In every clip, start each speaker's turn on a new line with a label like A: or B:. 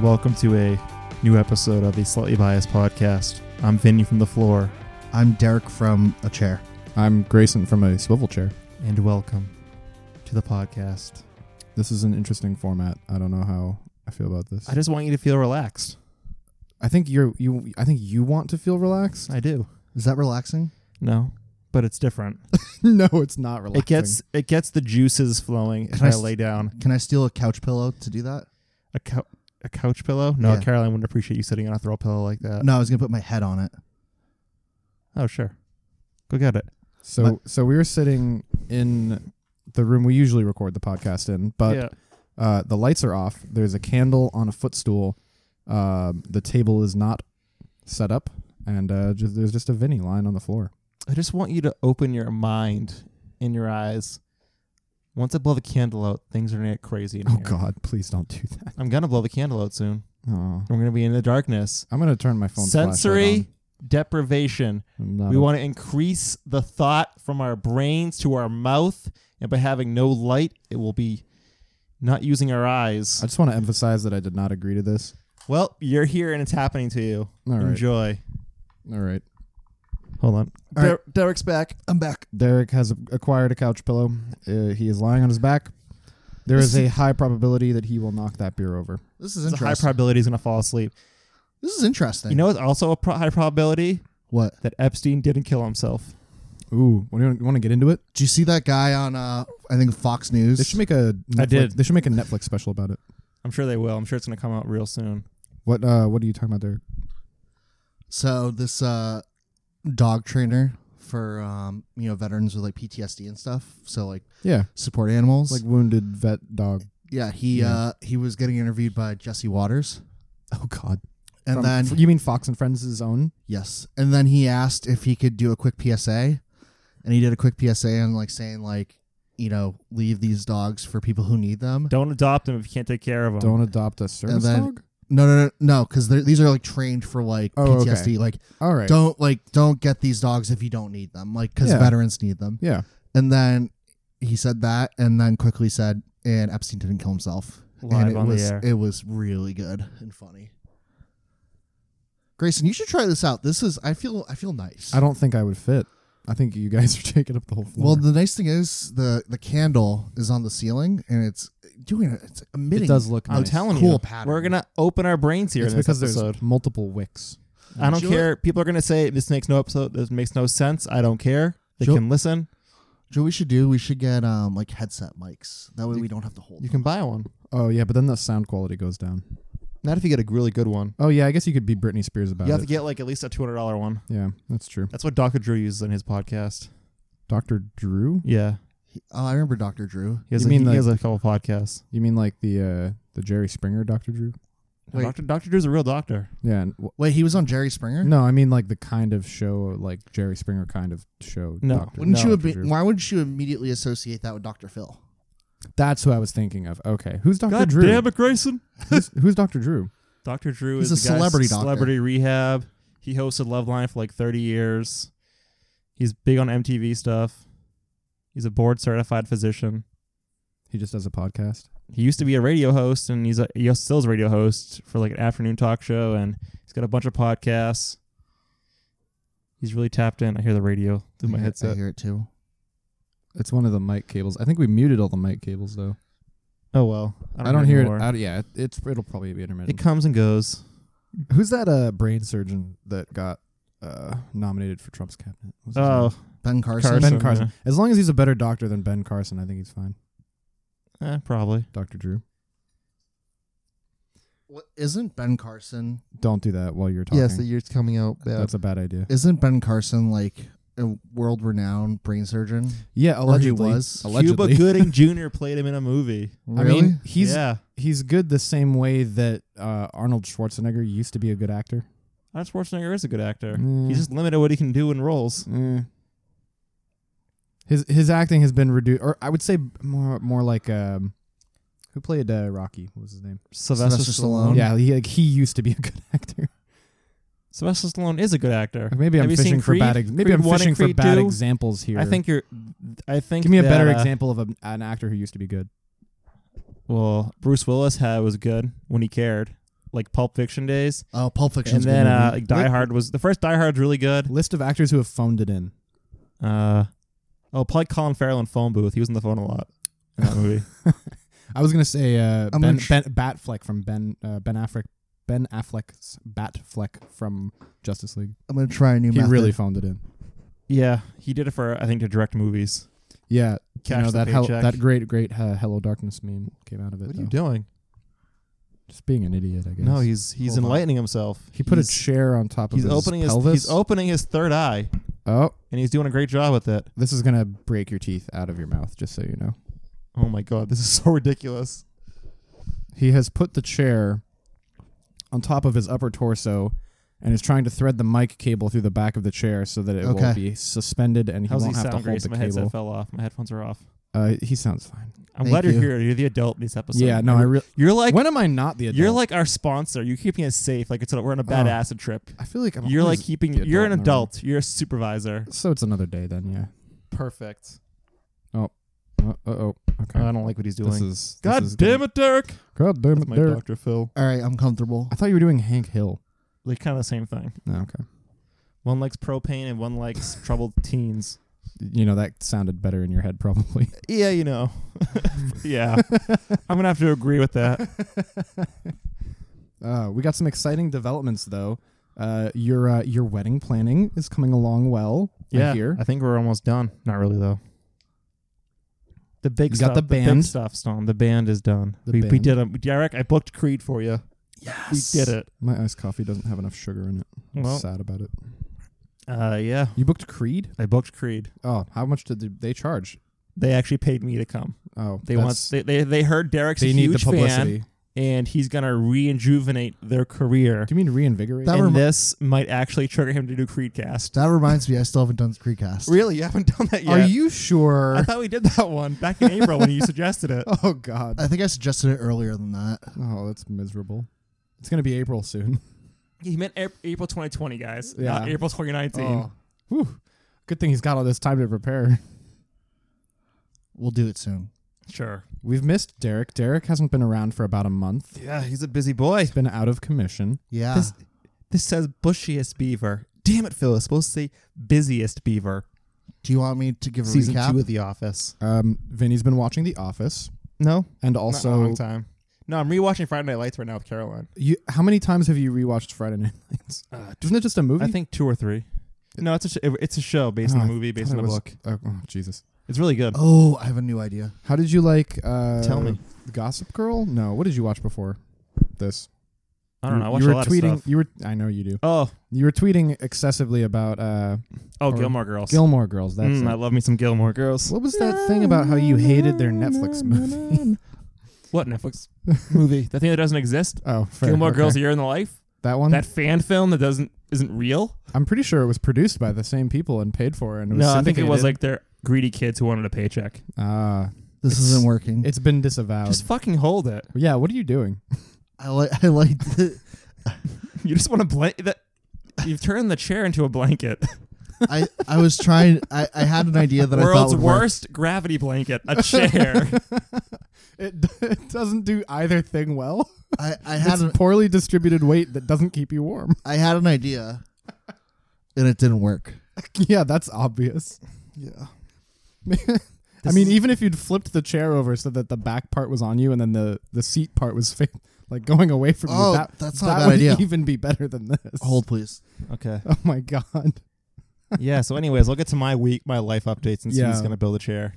A: welcome to a new episode of the Slightly Biased Podcast. I'm Vinny from the floor,
B: I'm Derek from a chair.
C: I'm Grayson from a swivel chair.
A: and welcome to the podcast.
C: This is an interesting format. I don't know how I feel about this.
A: I just want you to feel relaxed.
C: I think you're you. I think you want to feel relaxed.
A: I do.
B: Is that relaxing?
A: No, but it's different.
C: no, it's not relaxing.
A: It gets it gets the juices flowing if
B: Can I
A: I
B: s-
A: lay down
B: Can I steal a couch pillow to do that?
A: a cou- a couch pillow. No,
B: Yeah.
A: Caroline wouldn't appreciate you sitting on a throw pillow like that.
B: Uh, No, I was gonna put my head on it.
A: Oh, sure. Go get it.
C: so.
B: My-
C: so we were sitting in the room we usually record the podcast in, but
A: yeah.
C: uh, the lights are off. There's a candle on a footstool. Um, the table is not set up, and uh, just, there's just a Vinny lying on the floor.
A: I just want you to open your mind and your eyes. Once I blow the candle out, things are gonna get crazy. In
C: Oh
A: here.
C: God, please don't do that.
A: I'm gonna blow the candle out soon.
C: Oh.
A: We're gonna be in the darkness.
C: I'm gonna turn my phone.
A: Sensory deprivation. We
C: we want.
A: want to increase the thought from our brains to our mouth, and by having no light, it will be not using our eyes.
C: I just want to emphasize that I did not agree to this.
A: Well, you're here and it's happening to you.
C: All right.
A: Enjoy.
C: All right.
A: Hold on.
B: All right.
A: Der- Derek's back.
B: I'm back.
C: Derek has acquired a couch pillow. Uh, he is lying on his back. There is a high probability that he will knock that beer over.
B: This is
A: There's a high
B: interesting.
A: probability he's gonna fall asleep.
B: this is interesting.
A: You know, it's also a pro- high probability
B: what?
A: that Epstein didn't kill himself.
C: Ooh, you want to get into it?
B: Did you see that guy on uh I think Fox News?
C: They should make a.
A: I
C: Netflix-
A: did.
C: They should make a Netflix special about it.
A: I'm sure they will. I'm sure it's gonna come out real soon.
C: What? Uh, what are you talking about, Derek?
B: so this uh dog trainer for um you know veterans with like PTSD and stuff. So like
C: Yeah,
B: support animals.
C: like wounded vet dog.
B: yeah, he
C: Yeah.
B: uh he was getting interviewed by Jesse Waters.
C: Oh God.
B: And
C: From-
B: then
C: you mean Fox and Friends' own?
B: Yes. And then he asked if he could do a quick PSA. And he did a quick PSA on like saying like, you know, leave these dogs for people who need them.
A: Don't adopt him if you can't take care of him.
C: Don't adopt a service
B: then-
C: dog.
B: No, no, no, no, because these are like trained for like
C: Oh, okay.
B: PTSD. Like,
C: All right.
B: don't like don't get these dogs if you don't need them. Like, because
C: Yeah.
B: veterans need them.
C: Yeah.
B: And then he said that, and then quickly said, and Epstein didn't kill himself.
A: Live
B: and it
A: on the
B: was
A: air.
B: it was really good and funny. Grayson, you should try this out. This is I feel I feel nice.
C: I don't think I would fit. I think you guys are taking up the whole floor.
B: Well, the nice thing is the the candle is on the ceiling and it's doing it. It's emitting.
C: it does look.
A: I'm
C: nice.
A: telling
B: Cool
A: you,
B: pattern.
A: we're gonna open our brains here
C: It's
A: in this
C: because
A: episode.
C: there's multiple wicks.
A: I don't
B: Sure.
A: care. People are gonna say this makes no episode. This makes no sense. I don't care. They
B: Sure.
A: can listen.
B: Joe, we should do. We should get um like headset mics. That way we don't have to hold.
A: You can buy one.
C: Oh yeah, but then the sound quality goes down.
A: Not if you get a really good one.
C: Oh yeah, I guess you could be Britney Spears about
A: You have
C: it.
A: to get like at least a two hundred dollar one.
C: yeah, that's true.
A: That's what Doctor Drew uses in his podcast.
C: Doctor Drew?
A: Yeah,
B: He- oh, I remember Doctor Drew.
A: he has,
C: You
A: a,
C: mean
A: he
C: like-
A: has a couple podcasts.
C: You mean like the uh the Jerry Springer Doctor Drew?
B: Wait.
A: Doctor Doctor Drew's a real doctor.
C: Yeah. And, w-
B: Wait, he was on Jerry Springer.
C: no, I mean like the kind of show, like Jerry Springer kind of show.
A: No.
C: Dr.
B: Wouldn't
A: No,
B: you?
C: Dr.
B: Ab-
C: Drew.
B: why would you immediately associate that with Doctor Phil?
C: That's who I was thinking of. Okay, who's Doctor Drew?
A: it, Grayson!
C: who's, who's Doctor Drew?
A: Doctor Drew
B: He's
A: is
B: a
A: the guy-
B: celebrity doctor.
A: Celebrity rehab. He hosted Love Line for like thirty years. He's big on MTV stuff. He's a board certified physician.
C: He just does a podcast.
A: he used to be a radio host and he's a, he still is a radio host for like an afternoon talk show and he's got a bunch of podcasts he's really tapped in i hear the radio through my
B: I hear- I
A: headset
B: hear it too.
C: It's one of the mic cables. I think we muted all the mic cables though.
A: oh well
C: I don't, hear it.
A: anymore.
C: I, yeah, it- it's it'll probably be
A: it
C: intermittent.
A: comes and goes
C: who's that uh brain surgeon that got uh nominated for Trump's cabinet? What's his
A: oh
C: name?
B: Ben Carson.
A: Carson.
C: Ben Carson. As long as he's a better doctor than Ben Carson, I think he's fine.
A: eh, probably
C: Doctor Drew.
B: What, isn't Ben Carson?
C: Don't do that while you're talking.
B: year's coming out.
C: That's a bad idea.
B: Isn't Ben Carson like a world-renowned brain surgeon?
C: Yeah,
B: Or he
C: allegedly.
B: was.
C: Allegedly.
A: cuba gooding jr played him in a movie
C: I
B: Really?
C: mean, he's
A: yeah
C: he's good the same way that uh, Arnold Schwarzenegger used to be a good actor.
A: arnold schwarzenegger is a good actor
C: Mm.
A: he's just limited what he can do in roles
C: Eh. His his acting has been reduced, or I would say more more like um, who played uh, Rocky? What was his name?
A: sylvester,
B: Sylvester
A: stallone
B: Stallone.
C: Yeah, he like he used to be a good actor.
A: sylvester stallone is a good actor
C: Maybe
A: Have
C: I'm
A: you seen
C: fishing for
A: Creed?
C: bad. Ex- maybe
A: Creed
C: I'm
A: one and
C: fishing for
A: Creed
C: bad
A: two?
C: examples here.
A: i think you're i think
C: Give me a
A: that,
C: better
A: uh,
C: example of a, an actor who used to be good.
A: Well, Bruce Willis had was good when he cared. like Pulp Fiction days,
B: Oh, Pulp Fiction's
A: and then
B: good movie.
A: uh, like Die
C: Wait.
A: Hard was the first Die Hard's really good.
C: List of actors who have phoned it in.
A: Uh, oh, probably Colin Farrell in Phone Booth. He was in the phone a lot in that movie.
C: I was gonna say uh,
B: I'm
C: ben,
B: gonna sh-
C: ben Batfleck from Ben uh, Ben Affleck Ben Affleck's Batfleck from Justice League.
B: I'm gonna try a new
C: He
B: method.
C: really phoned it in.
A: yeah, he did it for I think to direct movies.
C: Yeah,
A: Cash
C: you know
A: the
C: that hell-
A: paycheck.
C: that Oh. great great uh, Hello Darkness meme came out of it.
A: What are
C: though.
A: you doing?
C: Just being an idiot, I guess.
A: No, he's he's
B: Hold on.
A: enlightening himself.
C: he put a
A: He's-
C: chair on top of
A: He's
C: his
A: opening his,
C: pelvis.
A: he's opening his third eye,
C: oh,
A: and he's doing a great job with it.
C: this is gonna break your teeth out of your mouth, just so you know.
A: Oh my god, this is so ridiculous.
C: He has put the chair on top of his upper torso and is trying to thread the mic cable through the back of the chair so that it
B: Okay.
C: will be suspended and he
A: How's he
C: won't have to
A: sound,
C: hold
A: Grace?
C: the
A: My
C: cable.
A: headset fell off. My headphones are off.
C: Uh, he sounds fine.
A: I'm
B: Thank
A: glad you're
B: you.
A: here. You're the adult in this episode.
C: yeah, no, I really.
A: You're like
C: when am I not the adult?
A: you're like our sponsor. You're keeping us safe. Like it's we're on a bad
C: Oh.
A: acid trip.
C: I feel like I'm
A: You're
C: always
A: like e- keeping.
C: the
A: You're an
C: adult in the room.
A: adult. You're a supervisor.
C: So it's another day then, yeah.
A: Perfect.
C: Uh oh. Okay.
A: I don't like what he's doing.
C: this is.
A: God damn it, Derek.
C: it! God damn
A: That's
C: it,
A: my
C: Derek.
A: Dr. Phil.
B: All right, I'm comfortable.
C: I thought you were doing Hank Hill.
A: Like kind of the same thing.
C: No, okay.
A: One likes propane and one likes troubled teens.
C: You know that sounded better in your head, probably.
A: Yeah, you know. yeah. I'm gonna have to agree with that.
C: Uh, we got some exciting developments though. Uh, your uh, your wedding planning is coming along well.
A: Yeah.
C: I hear.
A: I think we're almost done. Not really though. The big
C: You
A: stuff.
C: got the
A: big
C: band.
A: stuff, Stone. The band is done.
C: The
A: we, we
C: band.
A: did a Derek, I booked Creed for you. Yes. We did it.
C: My iced coffee doesn't have enough sugar in it. I'm
A: Well,
C: sad about it.
A: uh, yeah.
C: You booked Creed?
A: I booked Creed.
C: Oh, how much did they charge?
A: They actually paid me to come.
C: Oh,
A: They
C: that's-
A: want they, they they heard Derek's
C: they
A: a
C: need the
A: huge fan,
C: publicity.
A: and he's gonna reinjuvenate their career.
C: Do you mean reinvigorate?
B: That
A: and
B: remi-
A: this might actually trigger him to do Creedcast.
B: That reminds me, I still haven't done Creecast.
A: Really, you haven't done that yet.
C: Are you sure?
A: I thought we did that one back in April when you suggested it.
C: Oh God.
B: I think I suggested it earlier than that.
C: Oh, that's miserable. It's gonna be April soon.
A: He meant Ap- April 2020, guys,
C: Yeah.
A: not April 2019.
C: Oh. Whew. Good thing he's got all this time to prepare.
B: We'll do it soon.
A: Sure.
C: We've missed Derek. Derek hasn't been around for about a month.
A: Yeah, he's a busy boy.
C: He's been out of commission.
B: Yeah.
A: This, this says bushiest beaver. Damn it, Phil. It's supposed to say busiest beaver.
B: do you want me to give a
A: Season
B: recap?
A: two of The Office.
C: Um, Vinny's been watching The Office,
A: No,
C: and
A: also
C: also,
A: time. No, I'm rewatching Friday Night Lights right now with Caroline.
C: you, how many times have you rewatched Friday Night Lights? Isn't it just a movie?
A: Uh, I think two or three. No, it's a sh- it's a show based
C: Oh,
A: on
C: I
A: a movie, based
C: thought
A: on
C: it
A: a
C: was-
A: book.
C: Oh, oh, Jesus!
A: It's really good.
B: Oh, I have a new idea.
C: How did you like? Uh,
A: Tell me.
C: Gossip Girl? No. What did you watch before this?
A: I don't know. I
C: You-
A: watch
C: you
A: a
C: were
A: lot
C: tweeting.
A: of stuff.
C: You were. I know you do.
A: Oh,
C: You were tweeting excessively about uh,
A: oh,
C: Or
A: Gilmore Girls.
C: Gilmore Girls. That's
A: Mm,
C: it.
A: I love me some Gilmore Girls.
C: What was that thing about how you hated their Netflix movie?
A: What Netflix movie? That thing that doesn't exist.
C: oh, fair.
A: Gilmore
C: okay. Um,
A: Girls: A Year in the Life.
C: That one.
A: That fan film that doesn't isn't real.
C: I'm pretty sure it was produced by the same people and paid for, and it was
A: No, I think it was
C: syndicated.
A: like their greedy kids who wanted a paycheck.
C: ah,
B: This
A: It's-
B: isn't working.
C: it's been disavowed.
A: Just fucking hold it.
C: yeah, what are you doing?
B: I like. I like. The,
A: You just want to blanket that. You've turned the chair into a blanket.
B: I I was trying. I, I had an idea that I thought
A: World's
B: would work.
A: worst gravity blanket, a chair.
C: It, it doesn't do either thing well.
B: I I had
C: It's
B: an,
C: poorly distributed weight that doesn't keep you warm.
B: I had an idea, and it didn't work.
C: yeah, that's obvious.
B: Yeah.
C: I mean, even if you'd flipped the chair over so that the back part was on you and then the, the seat part was fa- like going away from
B: Oh,
C: you, that,
B: that's
C: that
B: not a bad
C: would
B: idea.
C: even be better than this.
B: Hold please.
A: okay.
C: Oh my god.
A: Yeah. So, anyways, I'll get to my week, my life updates, and see who's
C: Yeah.
A: gonna build a chair.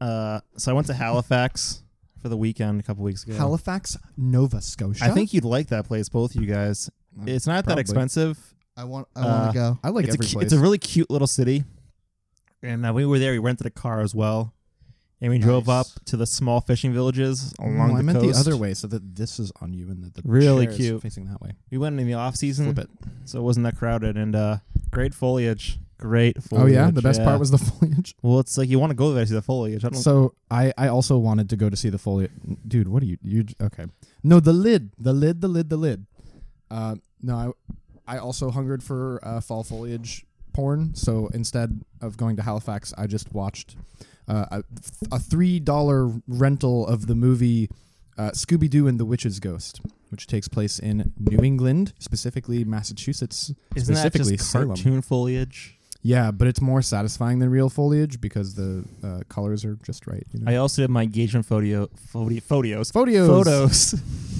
A: Uh, so I went to Halifax for the weekend a couple weeks ago.
C: Halifax, Nova Scotia.
A: I think you'd like that place, both you guys. It's not that
C: Probably.
A: expensive.
B: I want. I want
A: Uh,
B: to go.
C: I like
A: it's,
C: every
A: a, cu-
C: place.
A: it's a really cute little city. And uh, we were there. We rented a car as well, and we drove up
B: Nice.
A: to the small fishing villages along
C: no,
A: Mm, the
C: I meant
A: coast.
C: the other way, so that this is on you and that the
A: Really
C: chair is
A: cute. Hmm.
C: facing that way.
A: We went in the off season,
C: Flip it.
A: so it wasn't that crowded, and uh, great foliage. Great
C: Oh
A: foliage.
C: yeah, the best
A: yeah.
C: part was the foliage.
A: well, it's like you want to go there to see the foliage. I don't.
C: So I, I also wanted to go to see the foliage. Dude, what are you? You okay? No, the lid, the lid, the lid, the lid. Uh, no, I I also hungered for uh, fall foliage porn. So instead of going to Halifax, I just watched uh, a, a three dollar rental of the movie uh, Scooby Doo and the Witch's Ghost. which takes place in New England, specifically Massachusetts.
A: Isn't that
C: specifically
A: just
C: Salem.
A: cartoon foliage?
C: Yeah, but it's more satisfying than real foliage because the uh, colors are just right. You know?
A: I also did my engagement photo, photo, photos,
C: Photos.
A: photos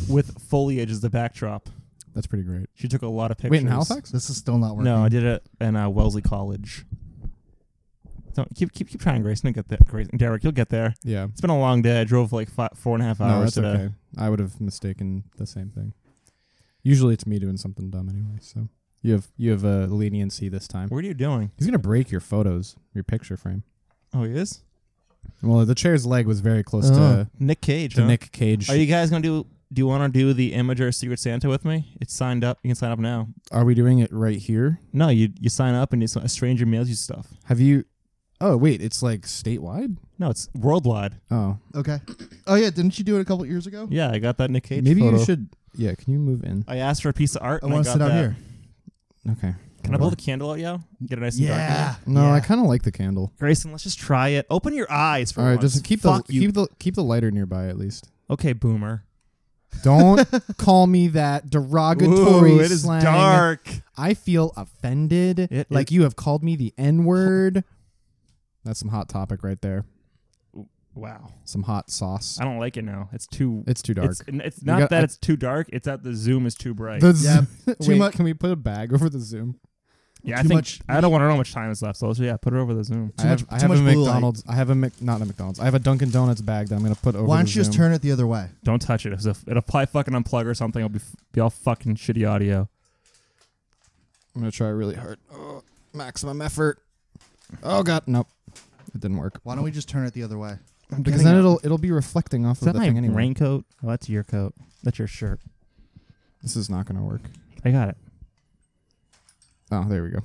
A: with foliage as the backdrop.
C: That's pretty great.
A: She took a lot of pictures.
C: Wait, in Halifax?
B: This is still not working.
A: No, I did it in uh, Wellesley College. Don't keep keep keep trying, Grayson. You'll get there, Grayson. Derek, you'll get there.
C: Yeah.
A: It's been a long day. I drove like five, four and a half
C: No,
A: hours
C: that's
A: today.
C: okay. I would have mistaken the same thing. Usually it's me doing something dumb anyway. So you have you have a leniency this time.
A: What are you doing?
C: He's gonna break your photos, your picture frame.
A: Oh, he is
C: Well, the chair's leg was very close
B: Oh.
C: to,
A: Nick Cage.
C: to
A: huh?
C: Nick Cage.
A: Uh-huh. Are you guys gonna do? Do you want to do the Imager Secret Santa with me? It's signed up. You can sign up now.
C: Are we doing it right here?
A: No, you you sign up and it's a stranger mails you stuff.
C: Have you? Oh wait, it's like statewide.
A: No, it's worldwide.
C: Oh,
B: Okay. Oh yeah, didn't you do it a couple years ago?
A: Yeah, I got that Nick Cage.
C: maybe
A: photo.
C: you should. Yeah, can you move in?
A: I asked for a piece of art.
B: I
A: and
B: want to
A: got
B: sit out
A: that.
B: here.
C: Okay.
A: Can I blow the candle out, yo? Get it nice and dark. in
B: Yeah.
A: here.
C: No,
B: yeah.
C: I kind of like the candle.
A: Grayson, let's just try it. Open your eyes for
C: All right,
A: once.
C: just keep the
A: Fuck you.
C: keep the keep the lighter nearby at least.
A: Okay, boomer.
C: Don't call me that derogatory
A: Ooh, it is
C: slang.
A: dark.
C: I feel offended.
A: It
C: like you have called me the N word. That's some hot topic right there.
A: Wow.
C: Some hot sauce.
A: I don't like it now. It's too
C: It's too dark.
A: It's, it's not
C: got-
A: that it's too dark. It's that the zoom is too bright.
C: The z-
B: too
C: Wait,
B: much-
C: Can we put a bag over the Zoom?
A: yeah, I
B: too
A: think
B: much-
A: I don't want to know how much time is left. So yeah, put it over the zoom.
B: Too
C: I have,
B: much-
C: I
B: too
C: have
B: much
C: a
B: blue light.
C: McDonald's. I have a Mc, not a McDonald's. I have a Dunkin' Donuts bag that I'm gonna put over.
B: Why don't
C: the
B: you just
C: Zoom.
B: turn it the other way?
A: Don't touch it. If It'll, it'll probably fucking unplug or something. It'll be f- be all fucking shitty audio.
C: I'm gonna try really hard. Oh, maximum effort. Oh god, nope, it didn't work.
B: Why don't we just turn it the other way?
C: Because then it'll it'll be reflecting off
A: Is
C: of
A: that
C: the
A: my
C: thing anyway.
A: raincoat? Oh, that's your coat. That's your shirt.
C: This is not gonna work.
A: I got it.
C: Oh, there we go.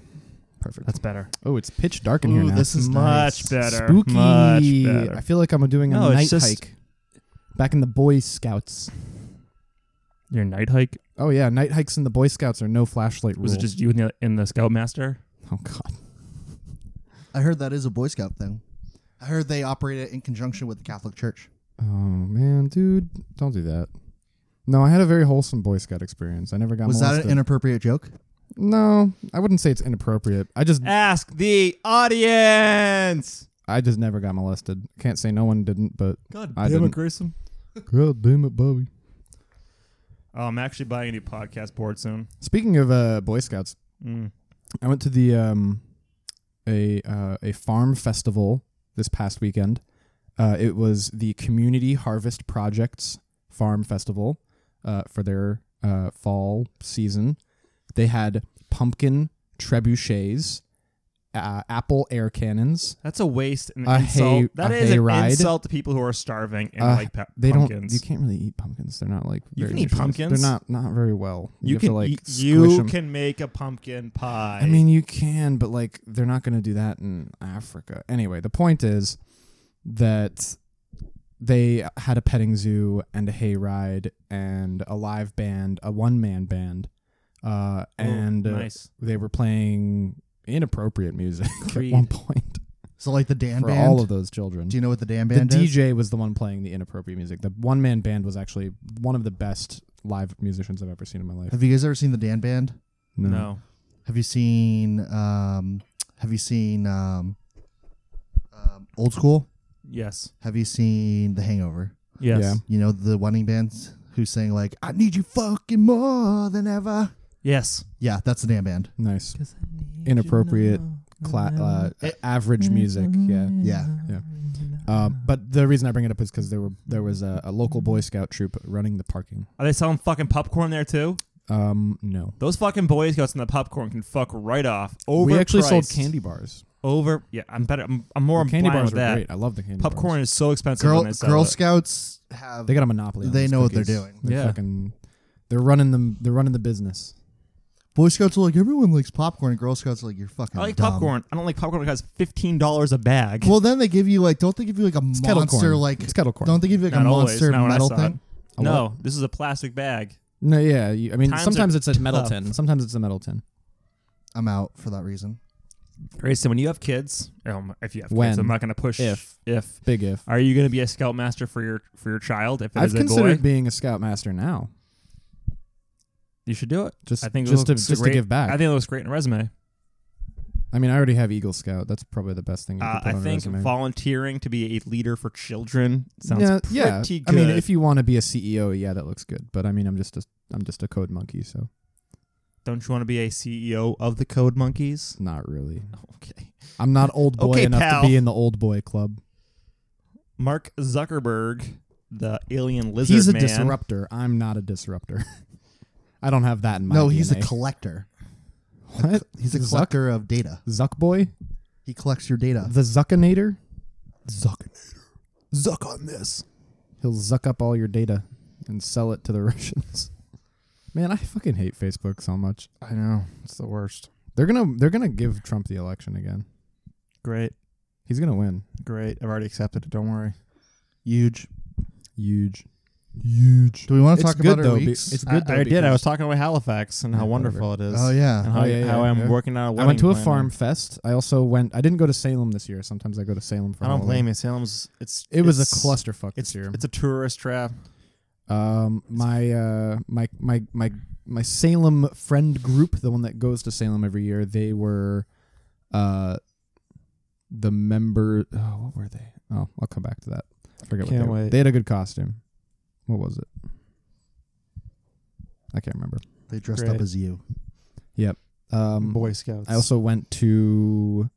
C: Perfect.
A: That's better.
C: oh, it's pitch dark in here
B: Ooh,
C: now.
B: this is
A: much
B: nice.
A: better.
C: Spooky.
A: Much better.
C: I feel like I'm doing a
A: No, it's
C: night
A: just-
C: hike. Back in the Boy Scouts.
A: Your night hike
C: Oh yeah, night hikes in the Boy Scouts are no flashlight rule.
A: was it just you and the and the scoutmaster?
C: Oh god.
B: I heard that is a Boy Scout thing. I heard they operate it in conjunction with the Catholic Church.
C: Oh man, dude, don't do that. No, I had a very wholesome Boy Scout experience. I never got
B: Was that
C: molested.
B: an inappropriate joke?
C: No, I wouldn't say it's inappropriate. I just
A: Ask the audience.
C: I just never got molested. Can't say no one didn't, but
A: God
C: I didn't.
A: Grayson.
C: God damn it, Bobby.
A: Oh, I'm actually buying a new podcast board soon.
C: Speaking of uh, Boy Scouts,
A: Mm.
C: I went to the um a uh, a farm festival this past weekend. Uh, it was the Community Harvest Projects Farm Festival uh, for their uh, fall season. They had pumpkin trebuchets, uh, apple air cannons.
A: That's a waste and
C: A
A: insult.
C: hay-
A: that
C: a
A: is an
C: hayride?
A: insult to people who are starving and
C: Uh,
A: like pa-
C: They
A: pumpkins.
C: don't. You can't really eat pumpkins. They're not like
A: You
C: very
A: can eat
C: nutritious.
A: pumpkins.
C: They're not not very well.
A: You
C: have
A: can
C: to, like
A: eat-
C: squish
A: you
C: 'em.
A: can make a pumpkin pie.
C: I mean, you can, but like they're not going to do that in Africa. Anyway, the point is that they had a petting zoo and a hay ride and a live band, a one man band, uh,
A: Ooh,
C: and uh,
A: nice.
C: they were playing inappropriate music
A: Creed.
C: at one point
B: So like the Dan
C: for
B: band.
C: all of those children.
B: Do you know what the Dan
C: The
B: band is?
C: DJ was the one playing the inappropriate music. The one man band was actually one of the best live musicians I've ever seen in my life.
B: Have you guys ever seen the Dan band?
A: no.
B: Have you seen um have you seen um, um Old School?
A: Yes.
B: Have you seen The Hangover?
A: Yes.
C: Yeah.
B: You know the wedding bands who sang like I need you fucking more than ever.
A: Yes.
B: Yeah, that's the Dan band.
C: Nice. Inappropriate cla- uh, average music. Yeah.
B: Yeah.
C: Yeah.
D: Ah.
C: Um, but the reason I bring it up is because there were there was a, a local Boy Scout troop running the parking.
A: Are they selling fucking popcorn there too?
C: Um, no,
A: Those fucking Boy Scouts and the popcorn can fuck right off. Overpriced.
C: we actually sold candy bars.
A: Over. Yeah, I'm better. I'm, I'm more
C: The candy
A: blind
C: bars
A: with
C: are
A: that.
C: great. I love the candy
A: Popcorn
C: bars.
A: is so expensive.
B: Girl
A: when they sell
B: Girl
A: it.
B: Scouts have
C: They got a monopoly. on
B: They
C: those
B: know what they're
C: cookies.
B: doing.
C: They're
A: Yeah.
C: fucking. They're running them. They're running the business.
B: Boy Scouts are like everyone likes popcorn and Girl Scouts are like you're fucking
A: I like
B: dumb."
A: popcorn. I don't like popcorn because fifteen dollars a bag.
B: Well then they give you like don't they give you like a
C: It's kettle
B: monster
C: corn.
B: like
C: it's kettle corn.
B: don't they give you like
A: Not
B: a
A: always,
B: monster
A: not when I
B: metal
A: saw
B: thing?
C: A
A: no,
C: what?
A: this is a plastic bag.
C: No, yeah. You, I mean,
A: Times are
C: sometimes it's a metal
A: tough.
C: tin. Sometimes it's a metal tin.
B: I'm out for that reason.
A: Grayson, when you have kids, um, if you have
C: When?
A: kids, I'm not going to push
C: If.
A: if.
C: Big if.
A: Are you going to be a scoutmaster for your for your child if it is
C: I've
A: a boy?
C: considered being a scoutmaster now.
A: You should do it.
C: Just
A: I think it
C: just to
A: looks
C: just to
A: great.
C: give back.
A: I think it looks great in a resume.
C: I mean, I already have Eagle Scout. That's probably the best thing. You
A: Uh,
C: could put
A: I
C: on a
A: think
C: resume.
A: volunteering to be a leader for children sounds
C: yeah,
A: pretty
C: yeah.
A: good.
C: I mean, if you want to be a CEO, yeah, that looks good. But I mean, I'm just a I'm just a code monkey, so
A: don't you want to be a CEO of the Code Monkeys?
C: not really.
A: Okay.
C: I'm not old boy
A: Okay,
C: enough
A: pal.
C: to be in the old boy club.
A: Mark Zuckerberg, the alien lizard
C: He's a
A: man.
C: disruptor. I'm not a disruptor. I don't have that in my
B: no, he's a
C: DNA.
B: collector.
C: what?
B: He's a
C: Zuck-
B: collector of data.
C: Zuck boy,
B: He collects your data.
C: the Zuckinator.
B: Zuckinator. Zuck on this.
C: He'll zuck up all your data and sell it to the Russians. Man, I fucking hate Facebook so much.
A: I know it's the worst.
C: They're gonna they're gonna give Trump the election again.
A: Great,
C: He's gonna win.
A: great. I've already accepted it. Don't worry.
B: Huge.
C: Huge, huge.
B: Do we want to
C: It's
B: talk
C: good,
B: about
C: though,
B: our
C: be-
B: weeks?
C: it's
A: I,
C: good though.
A: I did. I
C: because-
A: was talking about Halifax and how
C: Yeah,
A: wonderful it is.
B: oh yeah.
A: And how,
C: Oh, yeah,
A: how
C: yeah,
A: I'm
C: yeah.
A: working on. I
C: I went to a farm fest. I also went. I didn't go to Salem this year. Sometimes I go to Salem for.
A: I don't
C: Halloween.
A: blame you. Salem's. It's.
C: It was a
A: it's-
C: clusterfuck
A: It's
C: this year.
A: it's a tourist trap.
C: um, my uh, my my my my Salem friend group, the one that goes to Salem every year, they were, uh, the member. Oh, what were they? Oh, I'll come back to that. I forget
A: Can't
C: what they were.
A: wait.
C: They had a good costume. What was it? I can't remember.
B: They dressed
A: Great.
B: up as you.
C: Um,
A: Scouts.
C: I also went to.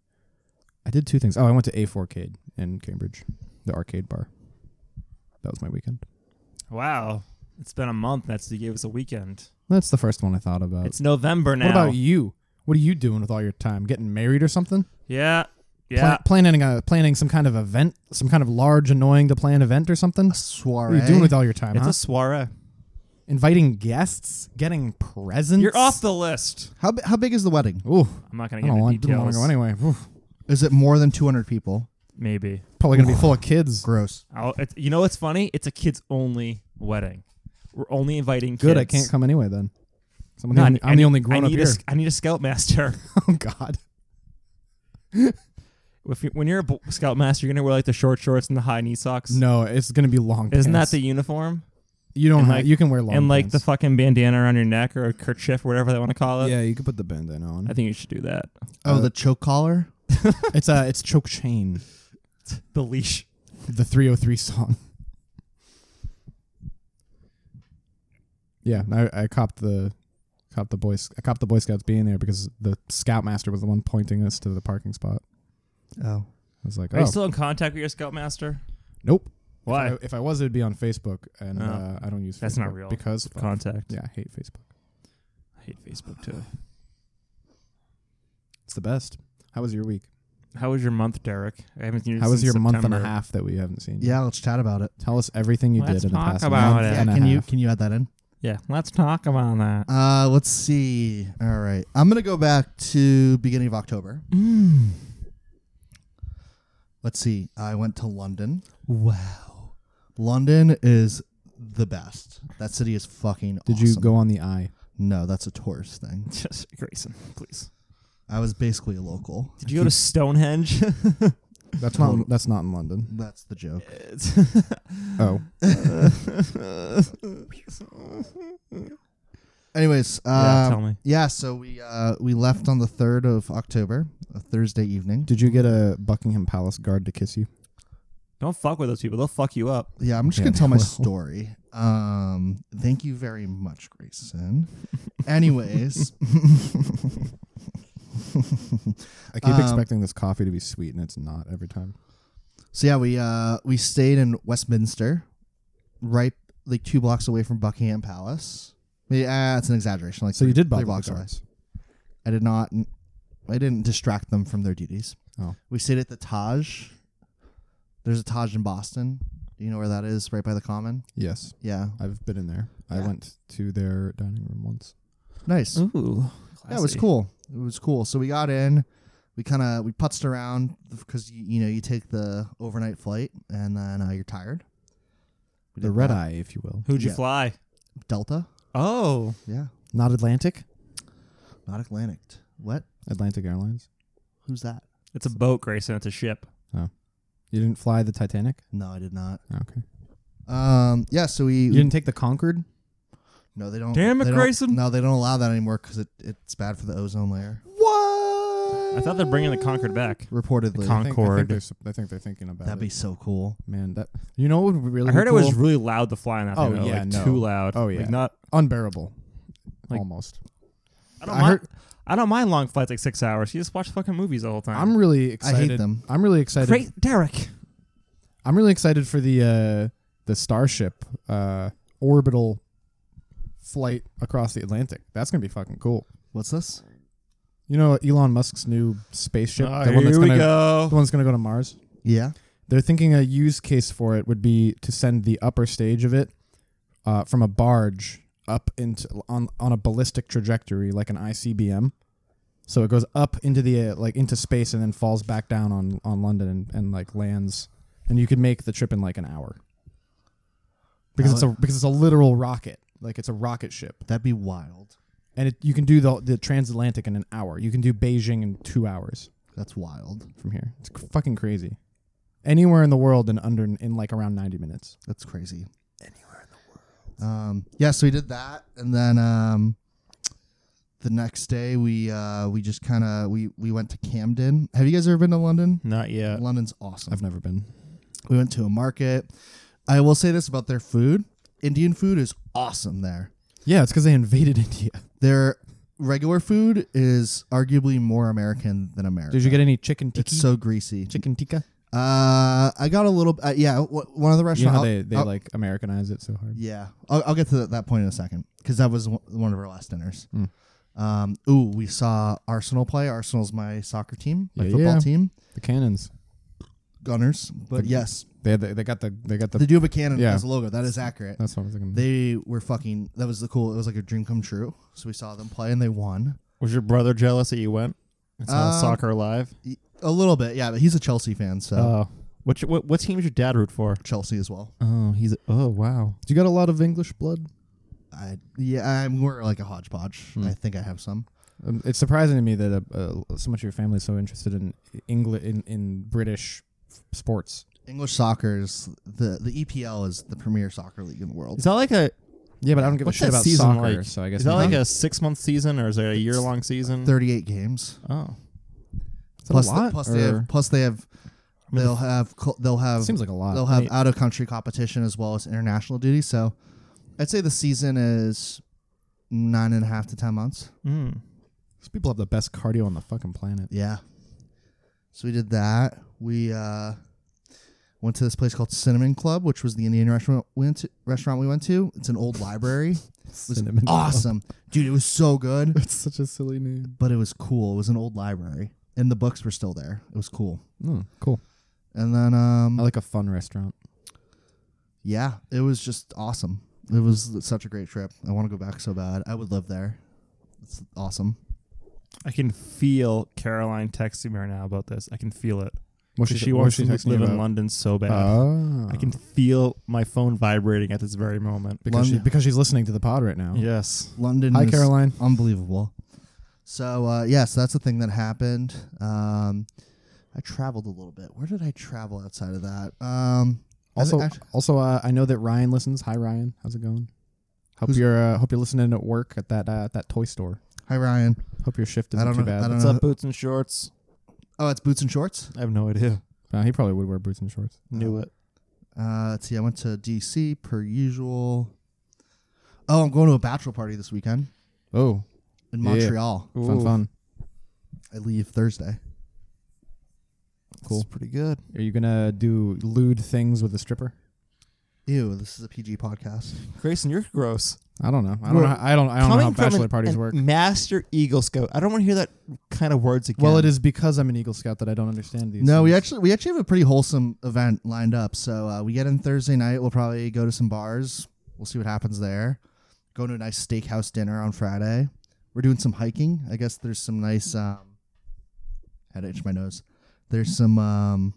C: I did two things. Oh, I went to A4Cade in Cambridge, the arcade bar. That was my weekend.
A: Wow, it's been a month. That's you gave us a weekend.
C: That's the first one I thought about.
A: It's November now.
C: Uh, What about you? What are you doing with all your time? Getting married or something?
A: Yeah, yeah.
C: Pla- planning a planning some kind of event, some kind of large, annoying to plan event or something.
B: A soiree.
C: What are you doing with all your time?
A: it's
C: huh?
A: a soiree.
C: Inviting guests, getting presents.
A: You're off the list.
B: how bi- how big is the wedding?
C: Ooh,
A: I'm not
C: I
A: gonna get
C: don't
A: into
C: want, didn't want
A: details.
C: to go anyway. Ooh,
B: Is it more than 200 people?
A: Maybe.
C: probably gonna be full of kids.
B: Gross.
A: I'll, it's you know what's funny? It's a kids only wedding. We're only inviting
C: Good,
A: kids.
C: I can't come anyway then. So I'm, the
A: No, I-
C: only,
A: I
C: I'm the
A: need-
C: only
A: I
C: grown up
A: need
C: here.
A: a sc- I need a scout master.
C: oh God.
A: If you, when you're a b- scout master, you're gonna wear like the short shorts and the high knee socks.
C: No, it's gonna be long.
A: Isn't
C: pants.
A: that the uniform?
C: you don't
A: and,
C: have,
A: like-
C: you can wear long
A: and like the
C: pants.
A: fucking bandana around your neck or a kerchief or whatever they want to call it.
C: yeah you can put the bandana on.
A: I think you should do that.
B: Oh,
C: Uh,
B: the choke collar.
C: it's a it's choke chain,
A: The leash.
C: the 303 song. Yeah, I, I copped the copped the boys I copped the Boy Scouts being there because the scoutmaster was the one pointing us to the parking spot.
B: Oh,
C: I was like,
A: Are
C: oh
A: you still in contact with your scout master?
C: nope.
A: Why?
C: If I, if I was, it'd be on Facebook, and
A: Oh.
C: uh, I don't use.
A: That's not
C: Facebook
A: real.
C: because
A: Contact.
C: yeah, I hate Facebook.
A: I hate Facebook too.
C: It's the best. How was your week?
A: How was your month, Derek? I haven't seen you
C: How was
A: since
C: your month and a
A: September.
C: half that we haven't seen?
B: yeah. Let's chat about it. Um,
C: Tell us everything you
A: Let's
C: did in the
A: talk
C: past
A: about
C: month
A: it.
B: Yeah,
C: and a
B: can you
C: half.
B: can you add that in?
A: Yeah, let's talk about that.
B: Uh, let's see. All right, I'm gonna go back to beginning of October. Let's see. I went to London. Wow, London is the best. That city is fucking.
C: Did you
B: awesome.
C: go on the eye?
B: No, that's a tourist thing.
A: Just Grayson, please.
B: I was basically a local.
A: Did you go to Stonehenge?
C: That's
B: not-
C: not that's not in London.
B: That's the joke.
C: Oh,
B: Anyways,
A: yeah,
B: uh,
C: Um,
A: tell me.
B: Yeah, so we uh, we left on the third of October, a Thursday evening.
C: did you get a Buckingham Palace guard to kiss you?
A: Don't fuck with those people. They'll fuck you up.
B: Yeah, I'm just
C: Yeah,
B: gonna tell my
C: well.
B: story. Um, thank you very much, Grayson. Anyways,
C: I keep
B: Um,
C: expecting this coffee to be sweet, and it's not every time.
B: so yeah, we uh, we stayed in Westminster, right like two blocks away from Buckingham Palace. Yeah, that's an exaggeration. Like
C: So you
B: three-
C: did buy
B: three
C: the
B: blocks away.
C: guards.
B: I did not. I didn't distract them from their duties.
C: Oh.
B: We stayed at the Taj. There's a Taj in Boston. Do you know where that is? Right by the Common.
C: Yes,
B: Yeah.
C: I've been in there. I
B: Yeah.
C: went to their dining room once. Mm,
B: Nice.
A: Ooh,
B: Yeah, it was cool. It was cool. So we got in. We kind of we putzed around because you, you know you take the overnight flight and then uh, you're tired. We
C: The
B: did
C: red
B: that.
C: eye, if you will,
A: Who'd you
B: Yeah.
A: fly?
B: Delta.
A: Oh,
B: Yeah,
C: not Atlantic,
B: not Atlantic. What?
C: Atlantic Airlines.
B: Who's that?
A: it's a boat, Grayson. It's a ship.
C: You didn't fly the Titanic.
B: No, I did not.
C: Okay.
B: Um. Yeah. So we.
C: You didn't take the Concorde.
B: No, they don't.
A: Damn it,
B: they don't-
A: Grayson.
B: No, they don't allow that anymore because it, it's bad for the ozone layer.
C: What?
A: I thought they're bringing the Concord back.
B: Reportedly,
C: I think, I think
A: Concord.
C: they're, s- I think they're thinking about
B: that'd
C: it.
B: be so cool.
C: Man, that you know what would really
A: I heard
C: be
A: it was
C: cool?
A: really loud to fly on that
C: Oh,
A: thing. though,
C: yeah,
A: like
C: no.
A: too loud.
C: Oh,
A: Like,
C: yeah.
A: not
C: unbearable,
A: Like-
C: almost.
A: I don't
C: I
A: mind
C: heard-
A: I don't mind long flights like six hours. You just watch fucking movies the whole time.
C: I'm really excited.
B: them.
C: I'm really excited.
A: Great Derek.
C: I'm really excited for the uh, the Starship uh, orbital flight across the Atlantic. That's gonna be fucking cool.
B: What's this?
C: You know Elon Musk's new spaceship.
A: Ah,
C: the one
A: here
C: that's
A: we
C: gonna,
A: go.
C: The one's gonna go to Mars.
B: Yeah,
C: They're thinking a use case for it would be to send the upper stage of it uh, from a barge up into on on a ballistic trajectory like an ICBM. So it goes up into the uh, like into space and then falls back down on on London and, and like lands, and you could make the trip in like an hour. Because it's a because it's a literal rocket, like it's a rocket ship,
B: that'd be wild.
C: and it, you can do the the transatlantic in an hour. You can do Beijing in two hours
B: That's wild.
C: from here. It's c- fucking crazy. Anywhere in the world in under in like around ninety minutes.
B: That's crazy. Anywhere in the world. Um, yeah, so we did that, and then um, the next day we uh, we just kind of we we went to Camden. Have you guys ever been to London?
A: Not yet.
B: London's awesome.
C: I've never been.
B: We went to a market. I will say this about their food: Indian food is awesome there.
C: Yeah, it's because they invaded India.
B: Their regular food is arguably more American than American.
C: Did you get any chicken tikka?
B: It's so greasy.
C: chicken tikka.
B: Uh, I got a little. Uh, yeah, w- one of the
C: You know
B: restaurants.
C: how they they like Americanize it so hard.
B: Yeah, I'll, I'll get to that- that point in a second because that was one- one of our last dinners.
C: Mm.
B: Um, ooh, we saw Arsenal play. Arsenal's my soccer team, my
C: Yeah,
B: football
C: yeah.
B: team,
C: The cannons.
B: Gunners. But
C: The-
B: yes,
C: They had the, they got the they got the.
B: they do have a cannon
C: yeah.
B: as a logo. That is accurate.
C: that's what I was thinking.
B: They were fucking. That was the cool. It was like a dream come true. So we saw them play and they won
A: Was your brother jealous that you went? It's not
B: Um,
A: soccer live.
B: Y- a little bit. Yeah, but he's a Chelsea fan, so
C: Uh,
A: Oh. Which what, what team is your dad root for?
B: Chelsea as well.
A: Oh, he's oh wow.
C: do you got a lot of English blood?
B: I yeah, I'm we're like a hodgepodge.
C: Hmm.
B: I think I have some.
C: Um, it's surprising to me that uh, uh, so much of your family is so interested in Engli- in, in British f- sports.
B: English soccer is the the EPL is the premier soccer league in the world.
A: Is that like a
C: Yeah, but I don't give
A: What's
C: a shit
A: that
C: about
A: season
C: soccer,
A: like?
C: so I guess
A: is that
C: we
A: like
C: don't-
A: a six month season or is it a year long season?
B: 38 games.
A: Oh,
C: Is that
B: Plus,
C: a
B: the-
C: lot.
B: plus they have
C: or-
B: plus they have they'll have co- they'll have
C: seems like a lot.
B: they'll have
A: Right.
B: out of country competition as well as international duty. So I'd say the season is nine and a half to ten months.
A: mm.
C: These people have the best cardio on the fucking planet.
B: Yeah. So we did that. We uh, went to this place called Cinnamon Club, which was the Indian restaurant we went to. Restaurant we went to. It's an old library. It was
C: Cinnamon Club.
B: awesome, dude. It was so good,
C: That's such a silly name.
B: but it was cool. It was an old library, and the books were still there. It was Hmm, cool.
C: Mm, cool.
B: And then, um,
C: I like a fun restaurant.
B: yeah, it was just awesome. It was such a great trip. I want to go back so bad. I would live there. It's awesome.
A: I can feel Caroline texting me right now about this. I can feel it.
C: What
A: 'Cause
C: she,
A: she
C: what
A: wants
C: she
A: to
C: texting you
A: live in
C: about?
A: London so bad.
C: Oh.
A: I can feel my phone vibrating at this very moment.
C: because, she,
B: London-
C: because she's listening to the pod
A: Oh.
C: right now.
A: Yes.
B: London.
C: Hi,
B: is
C: Caroline.
B: Unbelievable. So uh, yes, that's the thing that happened. Um, I traveled a little bit. Where did I travel outside of that? Um, I thi-
C: Also,
B: act-
C: also, uh, I know that Ryan listens. Hi, Ryan. How's it going? Hope
B: Who's-
C: you're uh, hope you're listening at work at that uh, at that toy store.
B: hi Ryan.
C: Hope your shift
B: I
C: isn't
B: don't
C: too
B: know-
C: bad.
B: I don't
A: What's
B: know.
A: up, boots and shorts?
B: Oh, it's boots and shorts.
A: Uh, I have no idea.
C: Uh, he probably would wear boots and shorts.
A: Knew it.
B: Uh, let's see. I went to DC per usual. Oh, I'm going to a bachelor party this weekend
C: Oh,
B: in
C: Yeah.
B: Montreal.
C: fun,
A: Ooh.
C: fun.
B: I leave Thursday.
C: Cool.
A: That's pretty good.
C: Are you gonna do lewd things with a stripper?
B: Ew, this is a PG podcast.
A: Grayson, you're gross.
C: I don't know. I don't.
A: Well,
C: Know how, I don't. I don't know how bachelor
A: an-
C: parties
A: an
C: work.
A: Master Eagle Scout. I don't want to hear that kind of words again.
C: Well, it is because I'm an Eagle Scout that I don't understand these.
B: No, we
C: things.
B: actually we actually have a pretty wholesome event lined up. So uh, we get in Thursday night. We'll probably go to some bars. We'll see what happens there. Go to a nice steakhouse dinner on Friday. We're doing some hiking. I guess there's some nice. Um, had to itch my nose. There's some. Um,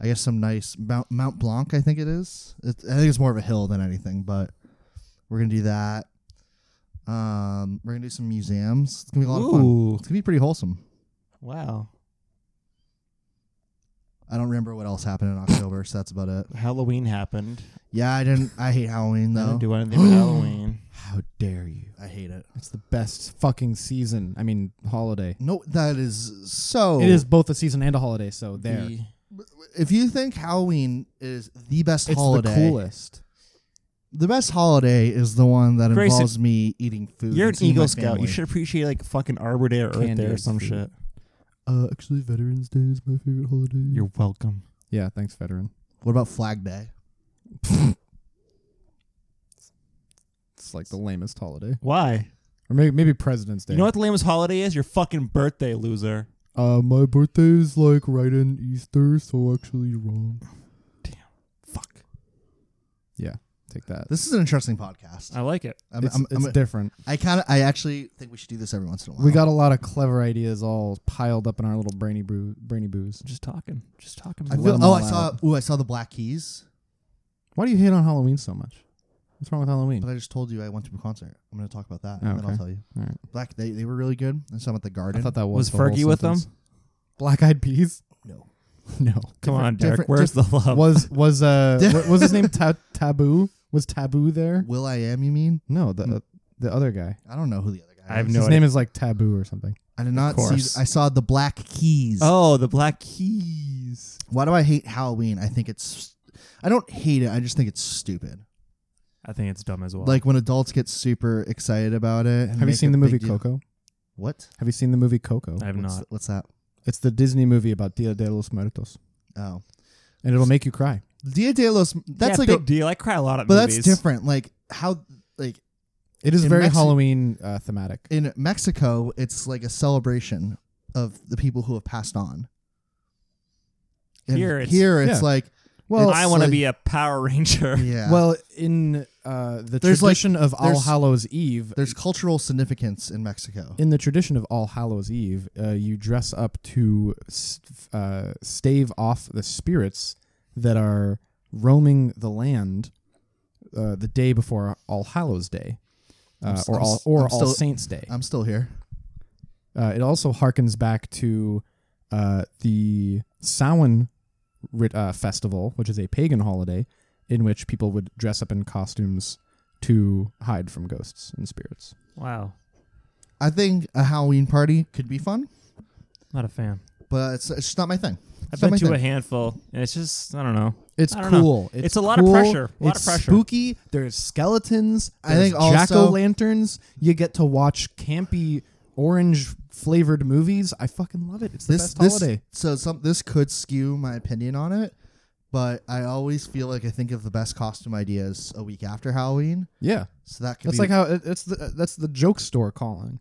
B: I guess some nice Mount Mount Blanc. I think it is. It, I think it's more of a hill than anything, but we're gonna do that. Um, we're gonna do some museums. It's gonna be a lot of fun.
A: Ooh.
B: It's gonna be pretty wholesome.
A: Wow.
B: I don't remember what else happened in October, so that's about it.
A: Halloween happened.
B: Yeah, I didn't. I hate Halloween
A: I
B: though.
A: didn't do anything with Halloween.
C: How dare you?
B: I hate it.
C: It's the best fucking season. I mean, holiday.
B: No, that is so.
C: It is both a season and a holiday, so there.
A: The-
B: If you think Halloween is the best
C: it's
B: holiday,
C: the coolest.
B: the best holiday is the one that
A: Grayson,
B: involves me eating food.
A: You're
B: and
A: an
B: seeing
A: Eagle
B: my
A: Scout.
B: family.
A: You should appreciate like fucking Arbor Day or Earth
C: Candy
A: Day or
C: and
A: some
C: food.
A: shit.
C: Uh, actually, Veterans Day is my favorite holiday.
A: You're welcome.
C: yeah, thanks, veteran.
B: What about Flag Day?
C: It's like the lamest holiday,
A: Why?
C: or maybe maybe President's Day.
A: You know what the lamest holiday is? Your fucking birthday, loser.
C: Uh, my birthday is like right in Easter, so actually you're wrong.
A: Fuck.
C: Yeah, take that.
B: This is an interesting podcast.
A: I like it.
B: I'm,
C: Uh, it's
B: I'm,
C: it's
B: I'm,
C: different.
B: I kind of, I actually think we should do this every once in a while.
C: We got a lot of clever ideas all piled up in our little brainy brew, brainy boos.
A: I'm just talking. Just talking.
B: I
A: man.
C: let
B: feel,
C: them
B: oh,
C: all
B: I saw.
C: out.
B: Ooh, I saw the Black Keys.
C: Why do you hate on Halloween so much? What's wrong with Halloween?
B: But I just told you I went to a concert. I'm going to talk about that,
C: Oh,
B: and then I'll
C: okay.
B: tell you.
C: All right.
B: Black, they, they were really good. I saw them at the
C: I
B: Garden.
C: thought that
A: was
C: was,
A: Fergie with them?
C: Black Eyed Peas?
B: no,
C: No.
A: Come
B: different-
A: on, Derek.
B: different-
A: Where's the love?
C: was was uh what was his name Ta- Taboo? Was Taboo there?
B: Will I Am? You mean?
C: No, the the other guy.
B: I don't know who the other guy.
A: I have
B: is.
A: No
C: his
A: idea.
C: name is like Taboo or something.
B: I did not
A: course.
B: see. I saw the Black Keys.
A: Oh, the Black Keys.
B: Why do I hate Halloween? I think it's. I don't hate it. I just think it's stupid.
A: I think it's dumb as well.
B: Like when adults get super excited about it. and
C: Have you
B: make
C: seen
B: a
C: the
B: big
C: movie
B: deal-
C: Coco?
B: What?
C: Have you seen the movie Coco?
A: I have
B: what's,
A: not.
B: What's that?
C: It's the Disney movie about Dia de los Muertos,
B: Oh,
C: and it'll make you cry.
B: Dia de los. That's
A: yeah,
B: like
A: big
B: a,
A: deal. I cry a lot at
B: but
A: movies.
B: that's different. Like how like
C: It is
B: In
C: very
B: Mexi-
C: Halloween uh, thematic.
B: in Mexico, it's like a celebration of the people who have passed on. And
A: Here it's-
B: here it's
C: Yeah.
B: like
C: Well,
B: it's
A: I want to
B: like-
A: be a Power Ranger.
B: yeah.
C: Well, in uh, the
B: There's, like,
C: tradition of All
B: there's-
C: Hallows Eve,
B: there's cultural significance in Mexico.
C: in the tradition of All Hallows Eve, uh, you dress up to s- uh, stave off the spirits that are roaming the land uh, the day before All Hallows Day,
B: I'm
C: uh,
B: s-
C: or
B: I'm
C: All
B: s-
C: or
B: I'm
C: All
B: still-
C: Saints Day.
B: I'm still here.
C: Uh, it also harkens back to uh, the Samhain rit- uh, festival, which is a pagan holiday in which people would dress up in costumes to hide from ghosts and spirits.
A: Wow,
B: I think a Halloween party could be fun,
A: not a fan.
B: but it's, it's just not my thing.
A: I've
B: It's not
A: been
B: my
A: to a
B: thing.
A: handful, and it's just I don't know.
C: It's
A: I don't know.
C: cool. It's,
A: It's a lot of
C: cool.
A: pressure. A lot of
C: it's
A: pressure.
C: spooky. There's skeletons.
B: I think also-
C: jack o' lanterns. You get to watch campy orange flavored movies. I fucking love it. It's the
B: this
C: best
B: this
C: holiday.
B: so some this could skew my opinion on it, but I always feel like I think of the best costume ideas a week after Halloween.
C: Yeah,
B: So that could
C: that's
B: be
C: like how it, it's the that's the joke store calling.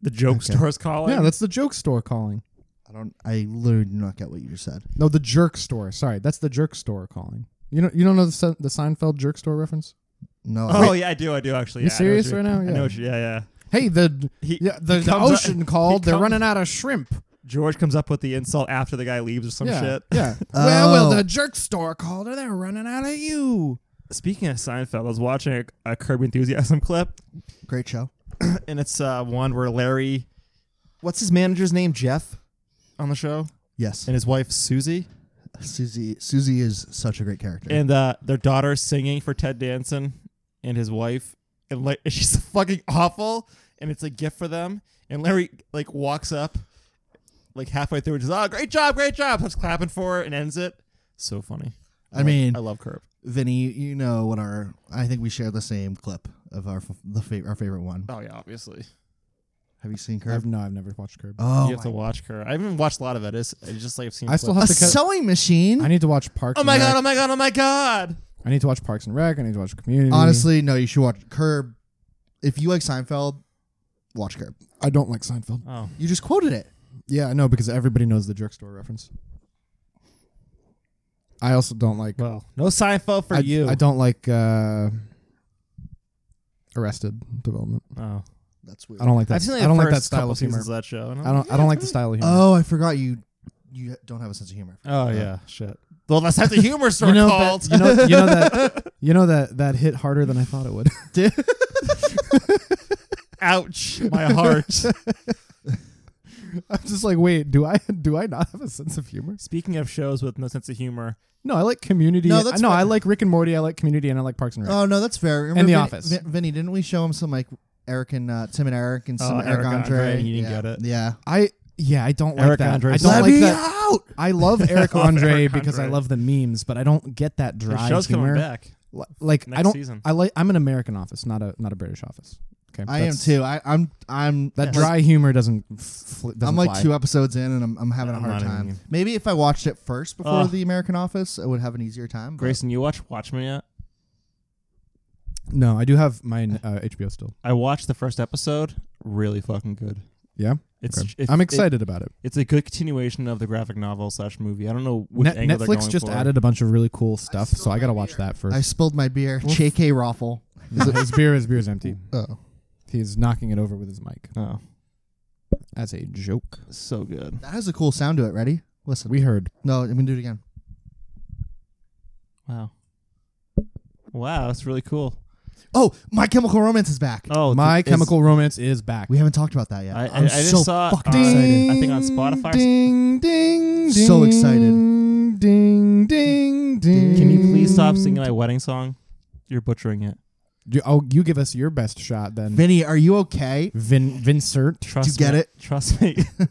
A: The joke
B: Okay.
A: store's calling.
C: Yeah, that's the joke store calling.
B: I don't I literally do not get what you just said.
C: No, the jerk store. Sorry, that's the jerk store calling. You know, you don't know the, Se- the Seinfeld jerk store reference.
B: No. I-
A: oh yeah, I do. I do actually. yeah, I
C: You
A: know what
C: serious
A: you-
C: right now?
A: I
C: Yeah.
A: know what you, yeah, yeah.
C: Hey, the
A: He-
C: yeah, the,
A: he
C: the
A: comes-
C: ocean called. They're
A: comes-
C: running out of shrimp.
A: George comes up with the insult after the guy leaves or some
C: yeah,
A: shit.
C: yeah. Well, well,
B: Oh.
C: the jerk store called. and They're running out of you.
A: Speaking of Seinfeld, I was watching a, a Curb Your Enthusiasm clip,
B: great show.
A: and it's uh, one where Larry, what's his manager's name, Jeff, on the show,
B: Yes.
A: and his wife Susie,
B: Susie Susie is such a great character.
A: and uh, their daughter singing for Ted Danson and his wife, and like she's fucking awful, and it's a gift for them, and Larry like walks up, like halfway through, and says, "Oh, great job, great job!" Starts clapping for her and ends it. So funny.
B: I mean,
A: I love Curb.
B: Vinny, you know what our I think we share the same clip of our f- the fa- our favorite one.
A: Oh yeah, obviously.
B: Have you seen
C: I've,
B: Curve?
C: no, I've never watched Curb.
B: Oh,
A: you have to
B: my-
A: watch Curb. I haven't watched a lot of it. It's, it's just like I've seen.
C: I still
A: clips.
B: a
C: have to. Cut,
B: sewing machine.
C: I need to watch Parks.
A: Oh my
C: and Rec.
A: god! Oh my god! Oh my god!
C: I need to watch Parks and Rec. I need to watch Community.
B: Honestly, no, you should watch Curb. If you like Seinfeld, watch Curb.
C: I don't like Seinfeld.
A: Oh,
B: You just quoted it.
C: Yeah, I know because everybody knows the jerk store reference. I also don't like
A: well, no Seinfeld for
C: I,
A: you.
C: I don't like uh, Arrested Development.
A: Oh.
B: That's weird.
C: I don't like that.
A: I've seen like
C: I don't
A: the
C: like that
A: first
C: style
A: couple
C: of humor.
A: seasons of that show. and I'm
C: I don't. I don't like the style of humor.
B: Oh, I forgot you. You don't have a sense of humor.
A: Oh yeah, shit. Well, that's how the humor store
C: you know,
A: called.
C: that, you know, you know that, you know that that hit harder than I thought it would.
A: Ouch, my heart.
C: I'm just like, wait, do I do I not have a sense of humor?
A: Speaking of shows with no sense of humor,
C: No, I like Community.
B: No, that's
C: no,
B: fair.
C: I like Rick and Morty. I like Community, and I like Parks and Rec.
B: Oh no, that's fair. Remember
C: And The
B: Vin-
C: Office.
B: Vin- Vinny, didn't we show him some like Eric and uh, Tim and Eric and some
A: Oh,
B: Eric
A: Eric
B: Andre?
A: Andre, you didn't
B: yeah.
A: get it.
B: Yeah,
C: I yeah, I don't like
A: Eric
C: that.
A: Andre
C: I don't
A: Let
C: like that.
B: out.
C: I love Eric
A: I love
C: Andre
A: Eric
C: because I
A: Andre.
C: love the memes, but I don't get that
A: the
C: dry
A: show's
C: humor.
A: coming back.
C: L- Like I
A: Next
C: don't.
A: season.
C: I like. I'm an American office, not a not a British office. Okay,
B: I am
C: that's-
B: too. I, I'm I'm
C: That
B: like,
C: dry humor doesn't. f- Fl- doesn't
B: I'm like
C: fly.
B: two episodes in, and I'm, I'm having a
A: I'm
B: hard
A: not even
B: time.
A: you.
B: Maybe if I watched it first before
A: Ugh.
B: The American Office, I would have an easier time. but-
A: Grayson, you watch Watchmen yet?
C: No, I do have mine uh, HBO still.
A: I watched the first episode. Really fucking good.
C: Yeah,
A: It's,
C: Okay.
A: it's
C: I'm
A: it-
C: excited about it.
A: it's a good continuation of the graphic novel slash movie. I don't know which
C: Net-
A: angle they're
C: Netflix
A: going
C: just
A: for.
C: added a bunch of really cool stuff, so I gotta watch that first.
B: I spilled my beer. J.K. Roffle.
C: His- his beer, his beer's empty.
B: Oh,
C: He's knocking it over with his mic.
A: Oh,
C: That's a joke.
A: so good.
B: that has a cool sound to it. Ready? Listen.
C: We heard.
A: Oh,
B: No, I'm gonna do it again.
A: Wow. Wow, that's really cool.
B: Oh, My Chemical Romance is back.
A: Oh,
C: My
A: th- is-
C: Chemical Romance is back.
B: We haven't talked about that yet.
A: I, I,
B: am
A: I
B: so
A: just saw it
B: fucking
A: on-
B: excited.
A: I think on Spotify.
C: Ding, ding, ding.
B: So excited.
C: Ding, ding, ding.
A: Can you please stop singing my wedding song? You're butchering it.
C: You, oh, you give us your best shot then.
B: Vinny, are you okay?
C: Vin, Vincent.
A: Trust
B: get
A: me.
B: it?
A: Trust me.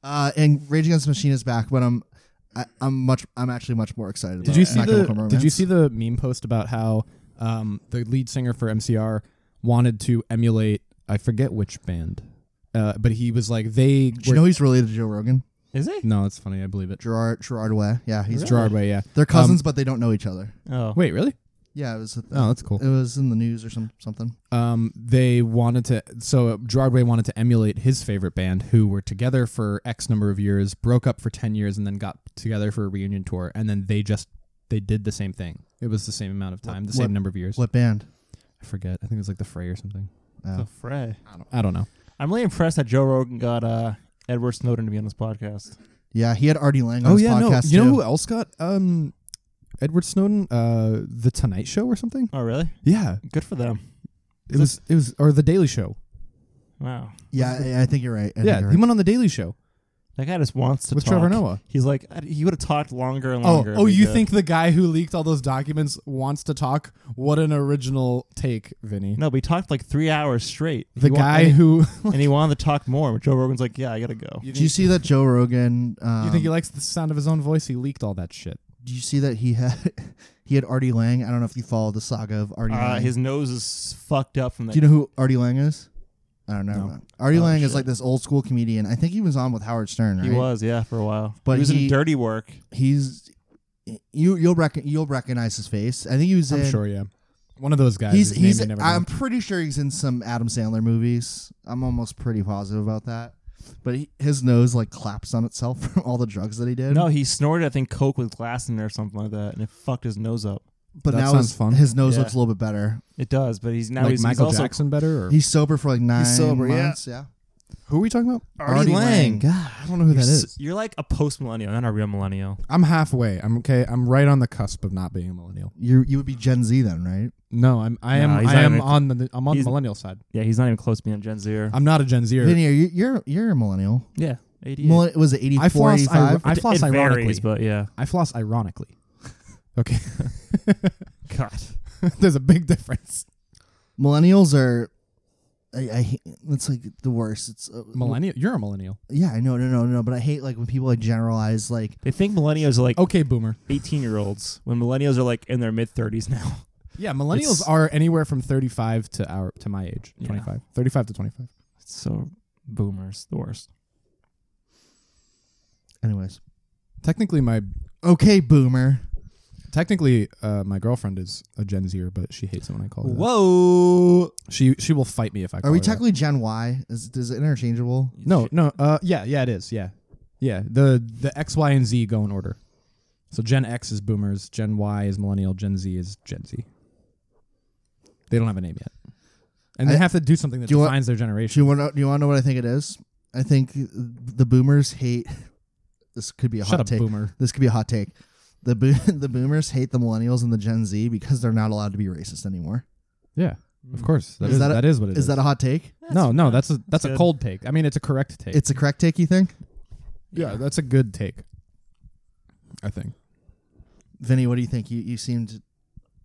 B: Uh, and Rage Against the Machine is back, but I'm, I, I'm much, I'm actually much more excited.
C: Did
B: about
C: you
B: it.
C: see
B: My Chemical
C: the? Did you
B: Romance.
C: see the meme post about how um, the lead singer for MCR wanted to emulate? I forget which band, uh, but he was like they.
B: Did you
C: were-
B: know he's related to Joe Rogan?
A: Is it?
C: no, it's funny. I believe it.
B: Gerard Gerard Way. Yeah, he's
C: It's Gerard Way. Yeah.
B: They're cousins, but they don't know each other.
A: Oh.
C: Wait, really?
B: Yeah, it was it
C: Um, Oh, that's cool.
B: was in the news or some something.
C: um, they wanted to so Gerard Way wanted to emulate his favorite band who were together for X number of years, broke up for 10 years and then got together for a reunion tour and then they just they did the same thing. It was the same amount of time, the
B: what-
C: same number of years.
B: What band? Uh,
C: I forget. I think it was like the Fray or something.
A: The fray.
C: I don't I don't know.
A: I'm really impressed that Joe Rogan got uh, Edward Snowden to be on this podcast.
B: Yeah, he had Artie Lang on his podcast
C: Oh, You know
B: too.
C: who else got um Edward Snowden uh the Tonight Show or something?
A: Oh, really?
C: Yeah.
A: Good for them.
C: It was it was or the Daily Show.
A: Wow.
B: yeah, I, I think you're right. I think
C: yeah,
B: you're
C: he
B: right.
C: went on the Daily Show
A: That guy just wants to
C: with
A: talk.
C: Trevor Noah.
A: He's like, "I- he would have talked longer and
C: Oh,
A: longer.
C: oh
A: if he
C: you
A: could."
C: think the guy who leaked all those documents wants to talk? What an original take, Vinny.
A: No, but he talked like three hours straight.
C: the
A: He wa-
C: guy
A: and he-
C: who
A: and he wanted to talk more. But Joe Rogan's like, yeah, I gotta go.
C: you
B: Did you
C: think,
B: see that Joe Rogan? Um,
C: you think he likes the sound of his own voice? He leaked all that shit.
B: Did you see that he had he had Artie Lang? I don't know if you follow the saga of Artie
A: Uh,
B: Lang.
A: his nose is fucked up from that.
B: Do you know who Artie Lang is? I don't know.
C: No.
B: man. Artie
A: Oh,
B: Lang is
A: shit.
B: like this old school comedian. I think he was on with Howard Stern. Right?
A: He was, yeah, for a while. he
B: But
A: was
B: he-
A: in Dirty Work.
B: He's you you'll rec- you'll recognize his face. I think he was.
C: I'm
B: in,
C: sure, yeah. One of those guys.
B: He's
C: whose name
B: he's.
C: you never know.
B: I'm pretty sure he's in some Adam Sandler movies. I'm almost pretty positive about that. But he, his nose like claps on itself from all the drugs that he did.
A: No, he snorted, I think, coke with glass in there or something like that, and it fucked his nose up.
B: but
C: That
B: now
C: sounds
B: his,
C: fun.
B: his nose
A: Yeah.
B: looks a little bit better.
A: It does, but he's now
C: like
A: he's,
C: Michael
A: he's also
C: Jackson better, or
B: He's sober for like nine
A: sober, yeah.
B: months. Yeah.
C: who are we talking about?
B: Artie Lang.
A: God,
C: I don't know who
A: you're,
C: that
A: s-
C: is.
A: you're like a post millennial, not a real millennial.
C: I'm halfway. I'm okay. I'm right on the cusp of not being a millennial.
B: You you would be Gen Z then, right?
C: No, I'm. I am.
A: No, he's
C: I
A: not
C: am
A: even-
C: on the. I'm on the
A: he's-
C: millennial side.
A: Yeah, he's not even close to being a Gen Zer.
C: I'm not a Gen Zer.
B: Vinny, are you, you're you're a millennial.
A: yeah, 88.
B: Millenn- was it 84,
C: I floss. I,
B: 85?
C: I floss
A: it
C: ironically,
A: varies, but yeah.
C: I floss ironically. okay,
A: God,
C: there's a big difference.
B: Millennials are. I, I hate, that's like the worst. It's uh,
C: Millennial, you're a millennial.
B: Yeah, I know, no, no, no. But I hate like when people like generalize like
A: they think millennials are like
C: Okay, boomer.
A: 18 year olds when millennials are like in their mid 30s now.
C: Yeah, millennials
A: It's-
C: are anywhere from 35 to our to my age,
A: Yeah.
C: 25, 35 to 25.
A: It's so boomers, the worst.
B: anyways.
C: Technically, my
B: Okay, boomer.
C: technically uh, my girlfriend is a Gen Zer, but she hates it when I call her. that.
A: Whoa.
C: She she will fight me if I. Call
B: Are we
C: her that.
B: technically Gen Y? Is is it interchangeable?
C: No, no. Uh, yeah, yeah, it is. Yeah, yeah. The the X, Y, and Z go in order. So Gen X is boomers, Gen Y is millennial, Gen Z is Gen Z. They don't have a name yet, and they
B: I-
C: have to do something that
B: Do you want-
C: defines their
B: Do
C: generation.
B: you want to, do you want to know what I think it is? I think the boomers hate. This could be a
C: Shut
B: hot
C: up,
B: take.
C: boomer.
B: This could be a hot take. The bo- the boomers hate the millennials and the Gen Z because they're not allowed to be racist anymore.
C: Yeah,
A: Mm.
C: Of course, that
B: Is
C: is,
B: that a-
C: that is what it is.
B: Is that a hot take?
C: no, no, that's a that's a
A: good.
C: cold take. I mean, it's a correct take.
B: It's a correct take, you think?
C: yeah, that's a good take. I think
B: Vinny, what do you think? You you seemed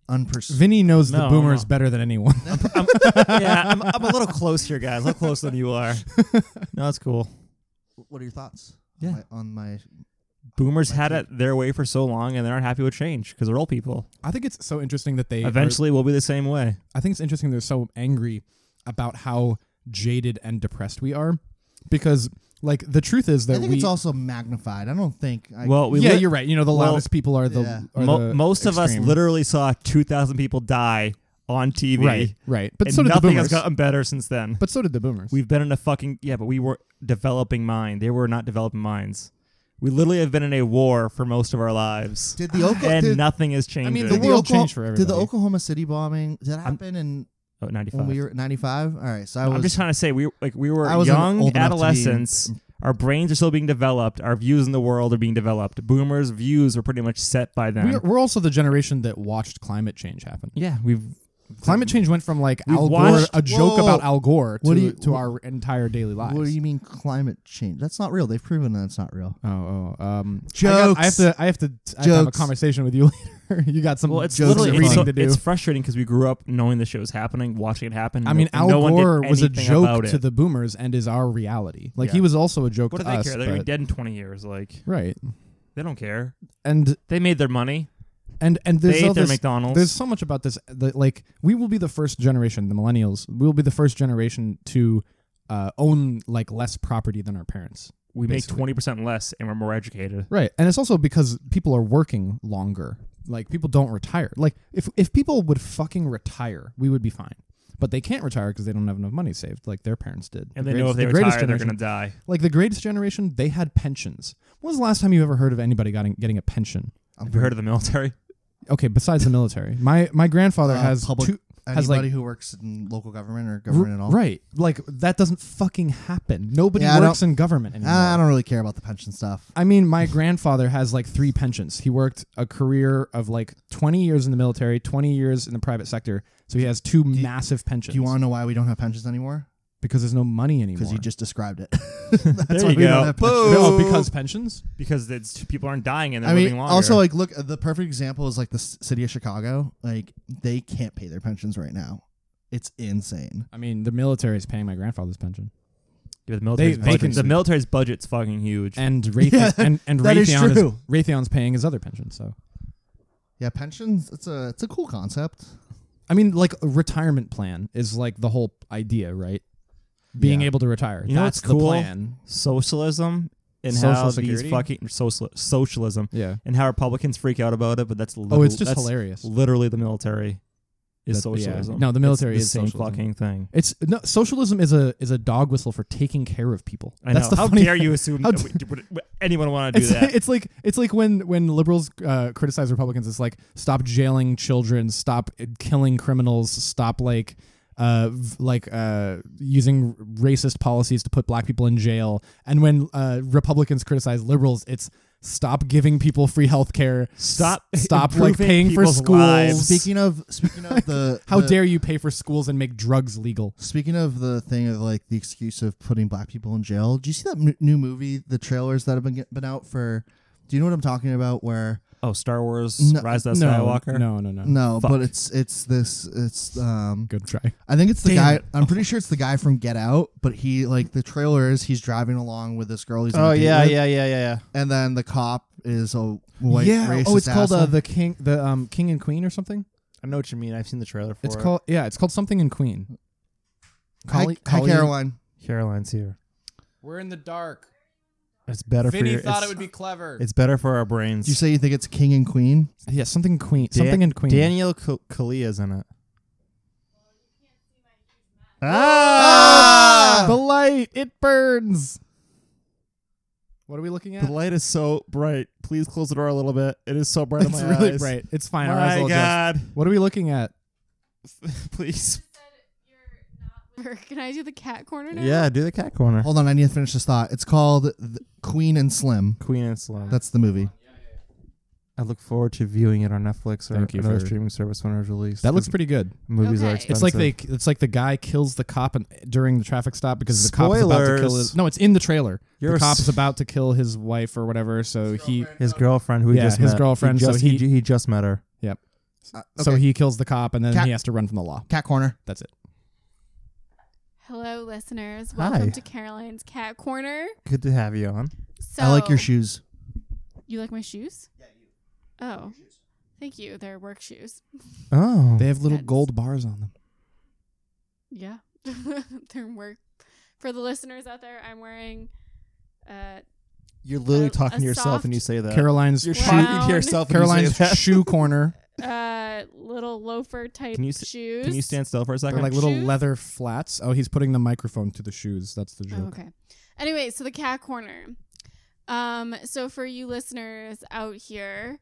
B: unpersuaded.
C: Vinny knows the
A: No,
C: boomers
A: no.
C: better than anyone.
A: I'm, yeah, I'm, I'm a little close here, guys. A little closer than you are. No, that's cool.
B: what are your thoughts?
A: Yeah.
B: On my, on my
A: Boomers
B: I
A: had it their way for so long, and they're not happy with change because they're old people.
C: I think it's so interesting that they are-
A: Eventually, we'll be the same way.
C: I think it's interesting they're so angry about how jaded and depressed we are, because like the truth is
B: I
C: that
B: think
C: we.
B: it's also magnified. I don't think I
A: Well, we
C: yeah,
A: lit-
C: you're right. You know, the
A: well,
C: loudest people are the,
B: yeah.
C: are
A: Mo-
C: the
A: most of us
C: extreme.
A: literally saw 2,000 people die on TV.
C: right, right. But
A: and
C: so did the
A: nothing
C: boomers.
A: has gotten better since then.
C: but so did the boomers.
A: We've been in a fucking yeah, but we were developing mind. They were not developing minds. We literally have been in a war for most of our lives,
B: did the Oka-
A: and
B: did,
A: nothing has changed.
C: mean,
B: did
C: the
B: the
C: world
B: Oka-
C: changed for
B: Did the
C: everybody.
B: Oklahoma City bombing did that happen in
A: oh, 95.
B: when we were ninety five? All right, so I was
A: I'm just trying to say we like we were
B: I wasn't old
A: young
B: enough to be-
A: adolescents. Our brains are still being developed. Our views in the world are being developed. Boomers' views were pretty much set by then.
C: We're, we're also the generation that watched climate change happen.
A: yeah, we've
C: Climate change went from like
A: We've
C: Al Gore,
A: watched-
C: a joke
B: Whoa.
C: about Al Gore, to,
B: What do you-
C: to our entire daily lives.
B: What do you mean climate change? That's not real. They've proven that's not real.
C: Oh, oh, um,
B: Jokes.
C: I, got, I have to, I have to, I have, to have a
B: Jokes.
C: conversation with you later. you got some
A: well, it's
C: jokes
B: Joseph
A: literally
C: reading
A: it's, so,
C: to do.
A: it's frustrating because we grew up knowing the show's happening, watching it happen.
C: I mean,
A: no,
C: Al
A: no one did
C: Gore was a
A: anything
C: joke
A: about
C: to
A: it.
C: the boomers and is our reality. Like
A: Yeah.
C: he was also a joke
A: What do
C: to
A: they
C: us.
A: care? They're gonna be
C: but-
A: dead in 20 years. Like
C: right,
A: they don't care.
C: and
A: They made their money.
C: and and
A: They
C: there's all
A: ate their
C: this,
A: McDonald's.
C: There's so much about this. That, like, we will be the first generation, the millennials, we will be the first generation to uh, own like less property than our parents.
A: we
C: basically.
A: make 20% less and we're more educated.
C: Right, and it's also because people are working longer. Like, people don't retire. Like, if if people would fucking retire, we would be fine. But they can't retire because they don't have enough money saved, like their parents did.
A: And
C: The
A: they know if
C: greatest-
A: they
C: the greatest
A: retire, they're
C: generation-
A: going to die.
C: like the greatest generation, they had pensions. When was the last time you ever heard of anybody getting getting a pension?
B: I'm
A: Have you heard of the military?
C: Okay, besides the military, my my grandfather
B: Uh,
C: has
B: public-
C: two, has, like-
B: anybody who works in local government or government at all?
C: Right. Like that doesn't fucking happen. Nobody
B: Yeah, I Ah,
C: works in government anymore.
B: I don't really care about the pension stuff.
C: I mean, my grandfather has like three pensions. He worked a career of like 20 years in the military, 20 years in the private sector. So he has two
B: you-
C: massive pensions.
B: Do you want to know why we don't have pensions anymore?
C: because there's no money anymore.
B: Because you just described it.
A: There
B: That's why
A: you
B: we
A: go.
B: don't have pensions.
C: No, because pensions?
A: because it's, people aren't dying and they're
B: I
A: living
B: mean,
A: longer.
B: also like look, uh, the perfect example is like the c- city of Chicago. Like they can't pay their pensions right now. It's insane.
C: I mean, the military is paying my grandfather's pension.
A: Yeah, the military's,
C: they
A: budget-
C: can-
A: the military's budget's fucking huge.
C: And Raytheon
B: Yeah,
C: and, and
B: that is
C: Raytheon
B: true.
C: Raytheon's paying his other pension, so
B: Yeah, pensions. It's a it's a cool concept.
C: I mean, like a retirement plan is like the whole idea, right? Being
B: Yeah.
C: able to retire.
A: You know
C: That's
A: what's cool?
C: the plan.
A: socialism and
C: Social
A: how
C: security?
A: these fucking social, socialism
C: Yeah.
A: and how Republicans freak out about it, but that's
C: Oh,
A: literally,
C: it's just
A: that's
C: hilarious.
A: literally the military is
C: That- yeah.
A: socialism.
C: No, the
A: It's
C: military
A: the
C: is
A: same
C: socialism.
A: fucking thing.
C: It's no socialism is a is a dog whistle for taking care of people.
A: I
C: That's
A: know.
C: the
A: How
C: funny
A: dare
C: thing.
A: you assume
C: How
A: that
C: d-
A: we, d- would- would anyone want to do
C: It's,
A: that?
C: it's like it's like when when liberals uh, criticize Republicans. It's like stop jailing children, stop uh, killing criminals, stop like uh v- like uh using racist policies to put black people in jail. And when uh Republicans criticize liberals, it's stop giving people free health care.
A: Stop
C: stop like
A: improving
C: paying for
A: people's
C: schools.
A: lives.
B: Speaking of speaking of the
C: How
B: the-
C: dare you pay for schools and make drugs legal?
B: Speaking of the thing of like the excuse of putting black people in jail, do you see that m- new movie, the trailers that have been get- been out for? Do you know what I'm talking about? Where
A: oh, Star Wars
B: No-
A: Rise of the
C: no,
A: Skywalker?
C: No, no, no.
B: no,
A: Fuck.
B: but it's it's this it's um
C: Good try.
B: I think it's the
A: Damn
B: guy.
A: it.
B: I'm pretty sure it's the guy from Get Out, but he like the trailer is he's driving along with this girl. He's on a date with,
C: Oh, yeah, yeah, yeah.
B: and then the cop is a white
C: yeah.
B: racist.
C: oh, it's called uh,
B: asshole.
C: the king, the um, king and queen or something.
A: I know what you mean. I've seen the trailer for
C: it's
A: it.
C: called yeah, it's called something in Queen.
B: hi,
C: Collie-
B: hi
C: Collie-
B: Caroline.
A: Caroline's here.
C: We're in the dark.
A: It's better for your, it's,
C: be clever.
A: it's better for our brains.
B: Did you say you think it's King and Queen?
C: yeah, something Queen,
A: Dan-
C: something in Queen.
A: Daniel K- Kalia's in it.
B: Ah!
C: the light it burns. What are we looking at?
A: The light is so bright. Please close the door a little bit. It is so bright
C: it's
A: in my
C: really
A: eyes.
C: bright. It's fine. Our eyes
A: My
C: will adjust.
A: God.
C: What are we looking at?
A: Please.
D: Can I do the cat corner now?
A: Yeah, do the cat corner.
B: Hold on, I need to finish this thought. It's called the Queen and Slim.
A: Queen and Slim.
B: That's the movie.
A: I look forward to viewing it on Netflix or
C: Thank you
A: another
C: for-
A: streaming service when it's released.
C: That looks
A: 'cause
C: pretty good.
A: Movies are
D: Okay.
A: expensive.
D: It's
C: It's like they it's like the guy kills the cop and, during the traffic stop because the cop is about to kill
A: Spoilers.
C: his No, it's in the trailer.
A: You're
C: the
A: s-
C: cop is about to kill his wife or whatever, so he
A: his girlfriend who he
C: Yeah,
A: just
C: his
A: met.
C: girlfriend,
A: He
C: so
A: just, he,
C: he-
A: he just met her.
B: Uh,
C: so
B: okay.
C: he kills the cop and then
B: Cat-
C: he has to run from the law.
B: cat corner.
C: That's it.
D: Hello, listeners.
A: Hi.
D: Welcome to Caroline's Cat Corner.
A: Good to have you on.
D: So
B: I like your shoes.
D: You like my shoes? Yeah, you. Oh, thank you. They're work shoes.
A: Oh,
C: They have little
D: That's-
C: gold bars on them.
D: Yeah, they're work. For the listeners out there, I'm wearing. Uh,
A: you're literally
D: a-
A: talking
D: a
A: to yourself
D: soft-
A: and you say that.
C: Caroline's
A: you're
C: shoe,
D: Wow.
A: talking to yourself. when you say
C: Caroline's
A: that.
C: shoe corner.
D: uh, little loafer type
A: Can you s-
D: shoes.
A: Can you stand still for a
C: They're
A: second?
C: like little
D: Shoes?
C: leather flats. Oh, he's putting the microphone to the shoes. That's the joke.
D: Oh, okay. Anyway, so the cat corner. Um, so for you listeners out here,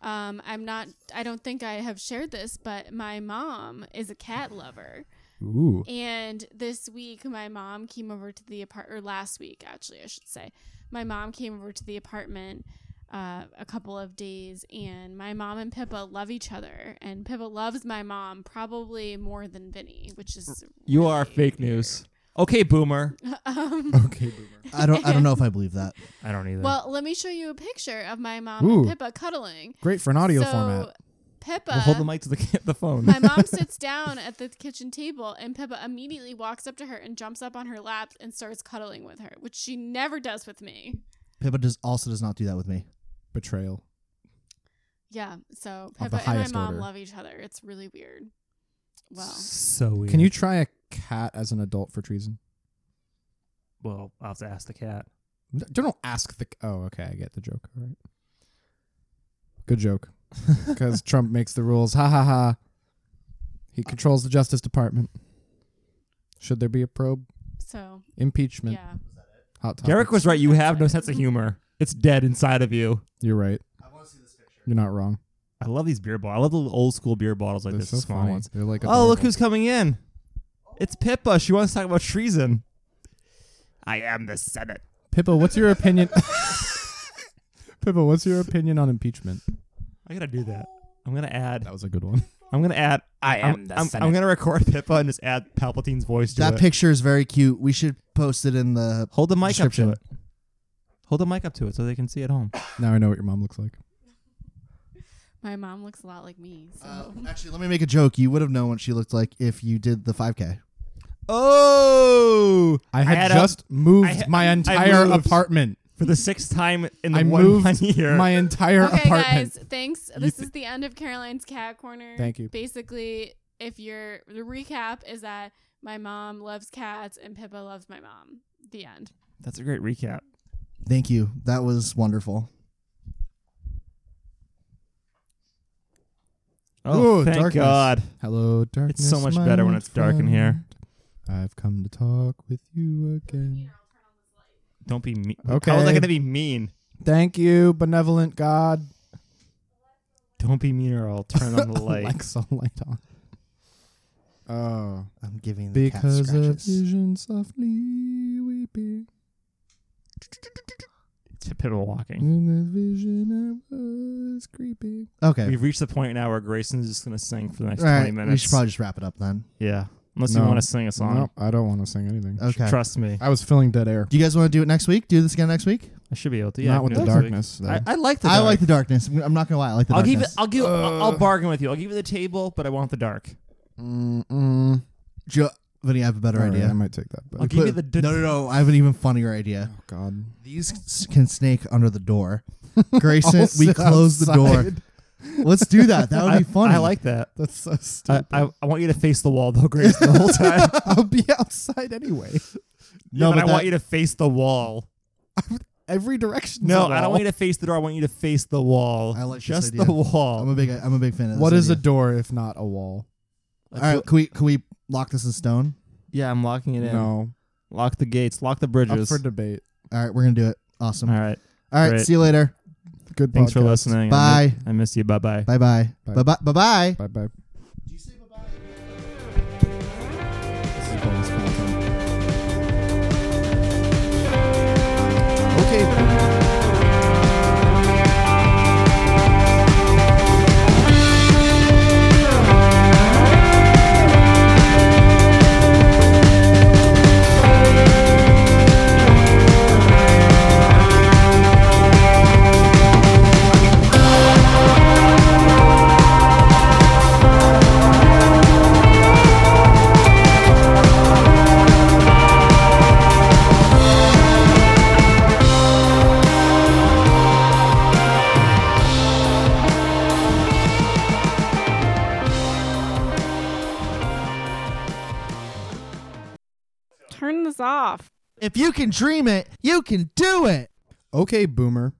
D: um, I'm not. I don't think I have shared this, but my mom is a cat lover.
C: Ooh.
D: And this week, my mom came over to the apartment, or last week, actually, I should say. My mom came over to the apartment uh, a couple of days, and my mom and Pippa love each other. And Pippa loves my mom probably more than Vinny, which is.
A: you are
D: really
A: fake
D: weird.
A: news. Okay, boomer.
D: um,
C: Okay, boomer.
B: I don't. I don't know if I believe that.
A: I don't either.
D: well, let me show you a picture of my mom
C: Ooh.
D: and Pippa cuddling.
C: Great for an audio
D: so,
C: format.
D: Pippa.
A: Well, hold the mic to the the phone.
D: uh, my mom sits down at the kitchen table and Pippa immediately walks up to her and jumps up on her lap and starts cuddling with her, which she never does with me.
B: Pippa does also does not do that with me.
C: Betrayal.
D: Yeah. So
C: Of the
D: Pippa and my
C: highest
D: mom
C: order.
D: love each other. It's really weird. Well,
A: so weird.
C: Can you try a cat as an adult for treason?
A: Well, I'll have to ask the cat.
C: N- Don't ask the. Oh, okay, I get the joke. All right. Good joke. Because Trump makes the rules. Ha ha ha. He controls the Justice Department. Should there be a probe?
D: so
C: Impeachment.
D: yeah.
C: Hot topic.
A: Derek was right. You have no sense of humor. It's dead inside of you.
C: You're right. You're not wrong.
A: I love these beer bottles. I love the little old school beer bottles like
C: They're
A: this,
C: so
A: the small
C: funny.
A: ones.
C: They're like.
A: Oh, look
C: adorable.
A: who's coming in! It's Pippa. She wants to talk about treason. I am the Senate.
C: Pippa, what's your opinion? Pippa, what's your opinion on impeachment?
A: I gotta do that. I'm gonna add.
C: That was a good one.
A: I'm gonna add. I am I'm, the I'm, I'm gonna record Pippa and just add Palpatine's voice to
B: that
A: it.
B: picture is very cute. We should post it in the.
A: Hold the mic up to
B: Description.
A: it. Hold the mic up to it so they can see at home.
C: Now I know what your mom looks like.
D: My mom looks a lot like me. So
B: Uh, actually, let me make a joke. You would have known what she looked like if you did the 5K.
A: Oh!
C: I had,
A: a-
C: just moved
A: I ha-
C: my
A: I
C: entire
A: moved.
C: apartment.
A: for the sixth time in the
C: I
A: one,
C: moved
A: one year.
C: my entire
D: okay,
C: apartment.
D: guys. Thanks. This is the end of Caroline's Cat Corner.
C: Thank you.
D: Basically, if you're the recap is that my mom loves cats and Pippa loves my mom. The end.
A: That's a great recap.
B: Thank you. That was wonderful.
A: Oh,
C: Ooh,
A: thank
C: darkness.
A: God.
C: Hello, darkness.
A: It's so much
C: my
A: better when it's dark in here.
C: friend. I've come to talk with you again.
A: Don't be mean.
C: Okay.
A: How is that going to be mean?
C: Thank you, benevolent God.
A: Don't be mean or I'll turn on the light.
C: Alexa, light on. Oh,
B: I'm giving the cat
C: because of
B: scratches.
C: vision softly weeping.
A: It's Pippa walking.
C: In the vision I was creeping.
B: Okay.
A: We've reached the point now where Grayson's just going to sing for the next
B: All right.
A: 20 minutes.
B: We should probably just wrap it up then.
A: yeah. Unless
C: No.
A: you want to sing a song.
C: Nope, I don't want to sing anything.
B: Okay.
A: Trust me.
C: I was filling dead air.
B: do you guys want to do it next week? Do this again next week?
A: I should be able to. Yeah, I
C: Not
A: can
C: with
A: do
C: the
A: it next week.
C: darkness. Though.
A: I, I like the
B: I
A: dark.
B: like the darkness. I'm I'm not gonna lie. I like the
A: I'll give it.
B: darkness.
A: I'll give. I'll, I'll
C: Uh.
A: bargain with you. I'll give you the table, but I want the dark.
C: Mm-mm.
B: Jo- Vinny, I have a better
C: All right,
B: idea.
C: I might take that. But
A: I'll give you the.
B: no, no, no. I have an even funnier idea.
C: oh God,
B: These s- can snake under the door. Grayson,
C: I'll
B: we
C: sit
B: close the door.
C: outside.
B: Let's do that. That would
A: I,
B: be funny.
A: I like that.
C: That's so
A: I,
C: stupid.
A: I, I want you to face the wall though, Grace, the whole time.
C: will be outside anyway.
A: no, but, I
B: that-
A: want you to face the wall.
C: Every direction.
A: No, I don't want you to face the door. I want you to face the wall.
B: I like this
A: Just
B: idea.
A: the
B: I'm
A: wall.
B: a big. I'm a big fan of this.
C: What is a
B: idea.
C: door if not a wall?
A: Like,
B: All
A: what-
B: right, can we can we lock this in stone?
A: Yeah, I'm locking it in.
C: No,
A: Lock the gates. Lock the
C: up
A: bridges.
C: for debate.
B: All right, we're gonna do it. Awesome.
A: All right.
B: All right,
A: great.
B: see you later.
C: Good.
A: Thanks for
C: podcast.
A: listening. I
B: Bye.
A: miss, I miss you. Bye bye.
B: Bye bye.
C: Bye.
B: Bye bye. Bye bye.
C: Bye bye.
B: Do you say bye bye?
C: Okay.
D: us off.
B: If you can dream it, you can do it.
C: Okay, boomer.